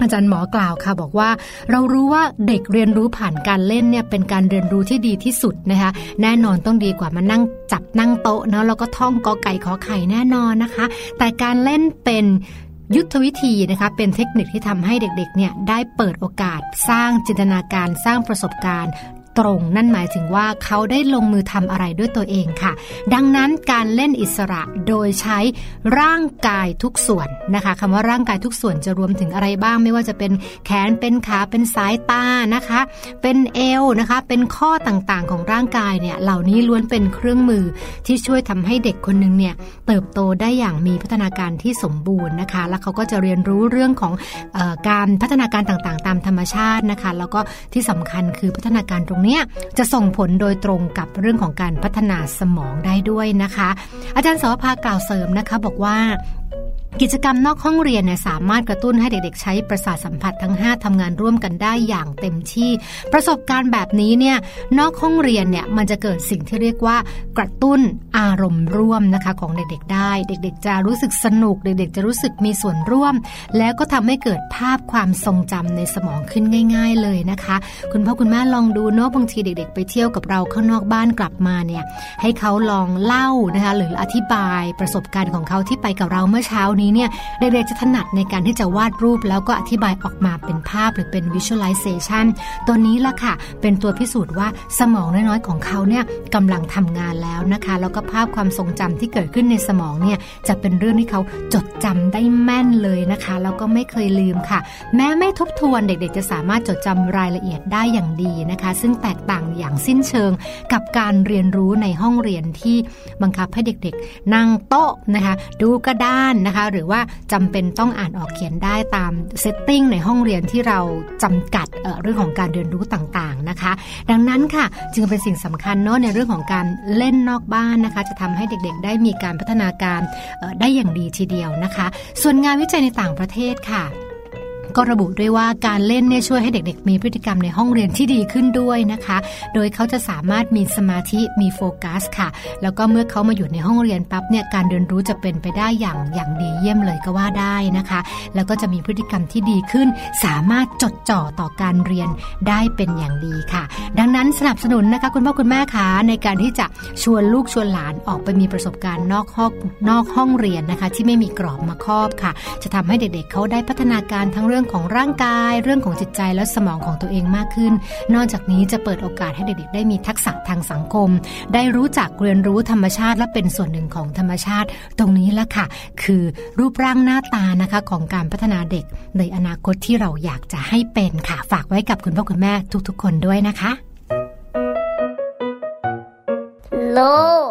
Speaker 8: อาจารย์หมอกล่าวค่ะ บอกว่า เรารู้ว่าเด็กเรียนรู้ผ่านการเล่นเนี่ยเป็นการเรียนรู้ที่ดีที่สุดนะคะ แน่นอนต้องดีกว่ามานั่งจับนั่งโต๊ะเนาะแล้วก็ท่องกอไก่ขอไข่แน่นอนนะคะ แต่การเล่นเป็นยุทธวิธีนะคะเป็นเทคนิคที่ทำให้เด็กๆเนี่ยได้เปิดโอกาสสร้างจินตนาการสร้างประสบการณ์ ตรงนั่นหมายถึงว่าเขาได้ลงมือทำอะไรด้วยตัวเองค่ะ ดังนั้นการเล่นอิสระโดยใช้ร่างกายทุกส่วนนะคะคำว่าร่างกายทุกส่วนจะรวมถึงอะไรบ้าง ไม่ว่าจะเป็นแขนเป็นขาเป็นสายตานะคะ เป็นเอวนะคะ เป็นข้อต่างๆของร่างกายเนี่ยเหล่านี้ล้วนเป็นเครื่องมือที่ช่วยทำให้เด็กคนหนึงเนี่ยเติบโตได้อย่างมีพัฒนาการที่สมบูรณ์นะคะ แล้วเขาก็จะเรียนรู้เรื่องของ เอ่อการพัฒนาการต่างๆ ตามธรรมชาตินะคะ แล้วก็ที่สำคัญคือพัฒนาการตรงเนี้ยจะส่งผลโดยตรงกับเรื่องของการพัฒนาสมองได้ด้วยนะคะ อาจารย์สวภากล่าวเสริมนะคะ บอกว่า กิจกรรมนอกห้องเรียนเนี่ยสามารถกระตุ้นให้เด็กๆ ใช้ประสาทสัมผัสทั้ง 5ทำงานร่วมกันได้อย่างเต็มที่ ประสบการณ์แบบนี้เนี่ยนอกห้องเรียนเนี่ยมันจะเกิดสิ่งที่เรียกว่ากระตุ้นอารมณ์ร่วมนะคะของเด็กๆได้ เด็กๆ จะรู้สึกสนุก เด็กๆ จะรู้สึกมีส่วนร่วม แล้วก็ทำให้เกิดภาพความทรงจำในสมองขึ้นง่าย ๆ เลยนะคะ คุณพ่อคุณแม่ลองดูเนาะบางทีเด็ก ๆ ไปเที่ยวกับเราข้างนอกบ้านกลับมาเนี่ยให้เขาลองเล่านะคะหรืออธิบายประสบการณ์ของเขาที่ไปกับเราเมื่อเช้านี้ นี้เนี่ยเด็กๆจะถนัดในการที่จะวาดรูป แล้วก็อธิบายออกมาเป็นภาพหรือเป็น visualization ตัวนี้ละค่ะ เป็นตัวพิสูจน์ว่าสมองน้อยๆของเขาเนี่ยกำลังทำงานแล้วนะคะ แล้วก็ภาพความทรงจำที่เกิดขึ้นในสมองเนี่ยจะเป็นเรื่องที่เขาจดจำได้แม่นเลยนะคะ แล้วก็ไม่เคยลืมค่ะ แม้ไม่ทบทวนเด็กๆ จะสามารถจดจำรายละเอียดได้อย่างดีนะคะ ซึ่งแตกต่างอย่างสิ้นเชิงกับการเรียนรู้ในห้องเรียนที่บังคับให้เด็กๆ นั่งโต๊ะนะคะ ดูกระดานนะคะ หรือว่าจำเป็นต้องอ่านออกเขียนได้ตามเซตติ้งในห้องเรียนที่เราจำกัดเอ่อเรื่องของการเรียนรู้ต่างๆนะคะ ดังนั้นค่ะ จึงเป็นสิ่งสำคัญเนาะในเรื่องของการเล่นนอกบ้านนะคะ จะทำให้เด็กๆ ได้มีการพัฒนาการเอ่อได้อย่างดีทีเดียวนะคะ ส่วนงานวิจัยในต่างประเทศค่ะ ก็ระบุด้วยว่าการเล่นเนี่ยช่วยให้เด็กๆ มีพฤติกรรมในห้องเรียนที่ดีขึ้นด้วยนะคะ โดยเขาจะสามารถมีสมาธิมีโฟกัสค่ะ แล้วก็เมื่อเขามาอยู่ในห้องเรียนปั๊บเนี่ยการเรียนรู้จะเป็นไปได้อย่างอย่างดีเยี่ยมเลยก็ว่าได้นะคะ แล้วก็จะมีพฤติกรรมที่ดีขึ้น สามารถจดจ่อต่อการเรียนได้เป็นอย่างดีค่ะ ดังนั้นสนับสนุนนะคะคุณพ่อคุณแม่คะในการที่จะชวนลูกชวนหลานออกไปมีประสบการณ์นอกห้องนอกห้องเรียนนะคะ ที่ไม่มีกรอบมาครอบค่ะ จะทำให้เด็กๆเขาได้พัฒนาการทั้งเรื่องของร่างกาย เรื่องของจิตใจและสมองของตัวเองมากขึ้น นอกจากนี้จะเปิดโอกาสให้เด็กๆ ได้มีทักษะทางสังคม ได้รู้จักเรียนรู้ธรรมชาติและเป็นส่วนหนึ่งของธรรมชาติ ตรงนี้ละค่ะ คือรูปร่างหน้าตานะคะของการพัฒนาเด็ก ในอนาคตที่เราอยากจะให้เป็นค่ะ ฝากไว้กับคุณพ่อคุณแม่ทุกๆ คนด้วยนะคะ
Speaker 7: โลก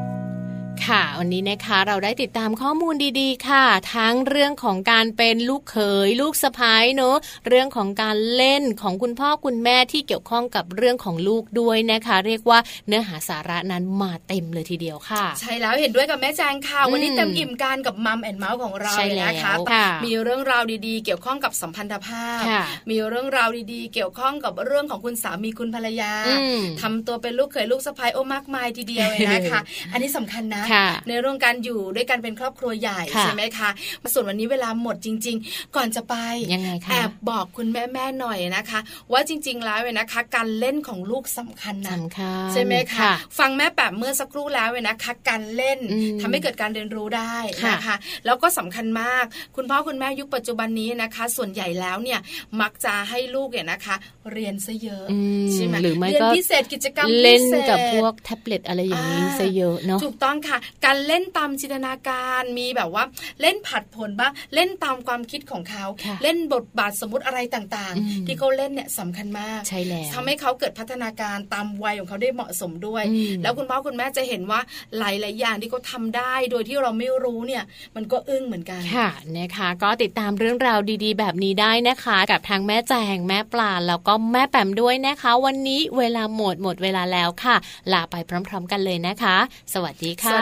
Speaker 2: ค่ะวันนี้นะคะเราได้ติดตามข้อมูลดีๆ ค่ะ ทั้งเรื่องของการเป็นลูกเขยลูกสะพ้ายเนอะเรื่องของการเล่นของคุณพ่อคุณแม่ที่เกี่ยวข้องกับเรื่องของลูกด้วยนะคะ เรียกว่าเนื้อหาสาระนั้นมาเต็มเลยทีเดียวค่ะ
Speaker 3: ใช่แล้วเห็นด้วยกับแม่แจงค่ะ วันนี้
Speaker 2: อืม
Speaker 3: เต็มอิ่มกันกับมัมแอนเมาส์ของเรา
Speaker 2: ใช่
Speaker 3: เลยนะคะ
Speaker 2: แล้วค่ะ
Speaker 3: มีเรื่องราวดีๆ เกี่ยวข้องกับสัมพันธภาพ
Speaker 2: ค่ะ
Speaker 3: มีเรื่องราวดีๆ เกี่ยวข้องกับเรื่องของคุณสามีคุณภรรยา
Speaker 2: อืม
Speaker 3: ทำตัวเป็นลูกเขยลูกสะใภ้โอ้มากมายทีเดียวเลยนะคะ อันนี้สำคัญนะ
Speaker 2: ค่ะ
Speaker 3: ในเรื่องการอยู่ด้วยกันเป็นครอบครัวใหญ่
Speaker 2: ค่ะ
Speaker 3: ใช่ไหมคะส่วนวันนี้เวลาหมดจริง ๆ ก่อนจะไป
Speaker 2: ยังไงคะ
Speaker 3: แอบบอกคุณแม่ๆหน่อยนะคะ ว่าจริง ๆ แล้วเนี่ยนะคะ การเล่นของลูกสำคัญนะ
Speaker 2: สำคัญ
Speaker 3: ใช่ไหมคะ ฟังแม่แปบเมื่อสักครู่แล้วเว้ยนะคะการเล่น
Speaker 2: อืม
Speaker 3: ทำให้เกิดการเรียนรู้ได้
Speaker 2: ค่ะ
Speaker 3: นะคะ แล้วก็สำคัญมาก คุณพ่อคุณแม่ยุคปัจจุบันนี้นะคะ ส่วนใหญ่แล้วเนี่ยมักจะให้ลูกเนี่ยนะคะ เรียนซะเยอะ
Speaker 2: อืม
Speaker 3: ใช่ไหม
Speaker 2: หรือไม่
Speaker 3: เรียน
Speaker 2: ก็
Speaker 3: พิเศษกิจกรรม
Speaker 2: เล่น
Speaker 3: พิศษ
Speaker 2: กับพวกแท็บเล็ตอะไรอย่างนี้ซะเยอะเนาะ
Speaker 3: ถูกต้องค่ะ การเล่นตามจินตนาการมีแบบว่าเล่นผัดผลบ้างเล่นตามความคิดของเขา
Speaker 2: ค่ะ
Speaker 3: เล่นบทบาทสมมติอะไรต่าง
Speaker 2: อืม
Speaker 3: ๆ ที่เขาเล่นเนี่ยสำคัญมาก
Speaker 2: ใช่แล้ว
Speaker 3: ทำให้เขาเกิดพัฒนาการตามวัยของเขาได้เหมาะสมด้วย
Speaker 2: อืม
Speaker 3: แล้วคุณพ่อคุณแม่จะเห็นว่าหลายๆอย่างที่เขาทำได้ โดยที่เราไม่รู้เนี่ยมันก็อึ้งเหมือนกัน
Speaker 2: ค่ะนะคะก็ติดตามเรื่องราวดีๆ แบบนี้ได้นะคะ กับทางแม่แจงแม่ปลาแล้วก็แม่แปมด้วยนะคะ วันนี้เวลาหมดหมดเวลาแล้วค่ะ ลาไปพร้อม ๆ กันเลยนะคะ สวัสดี
Speaker 3: ส
Speaker 2: ค่ะ
Speaker 3: วั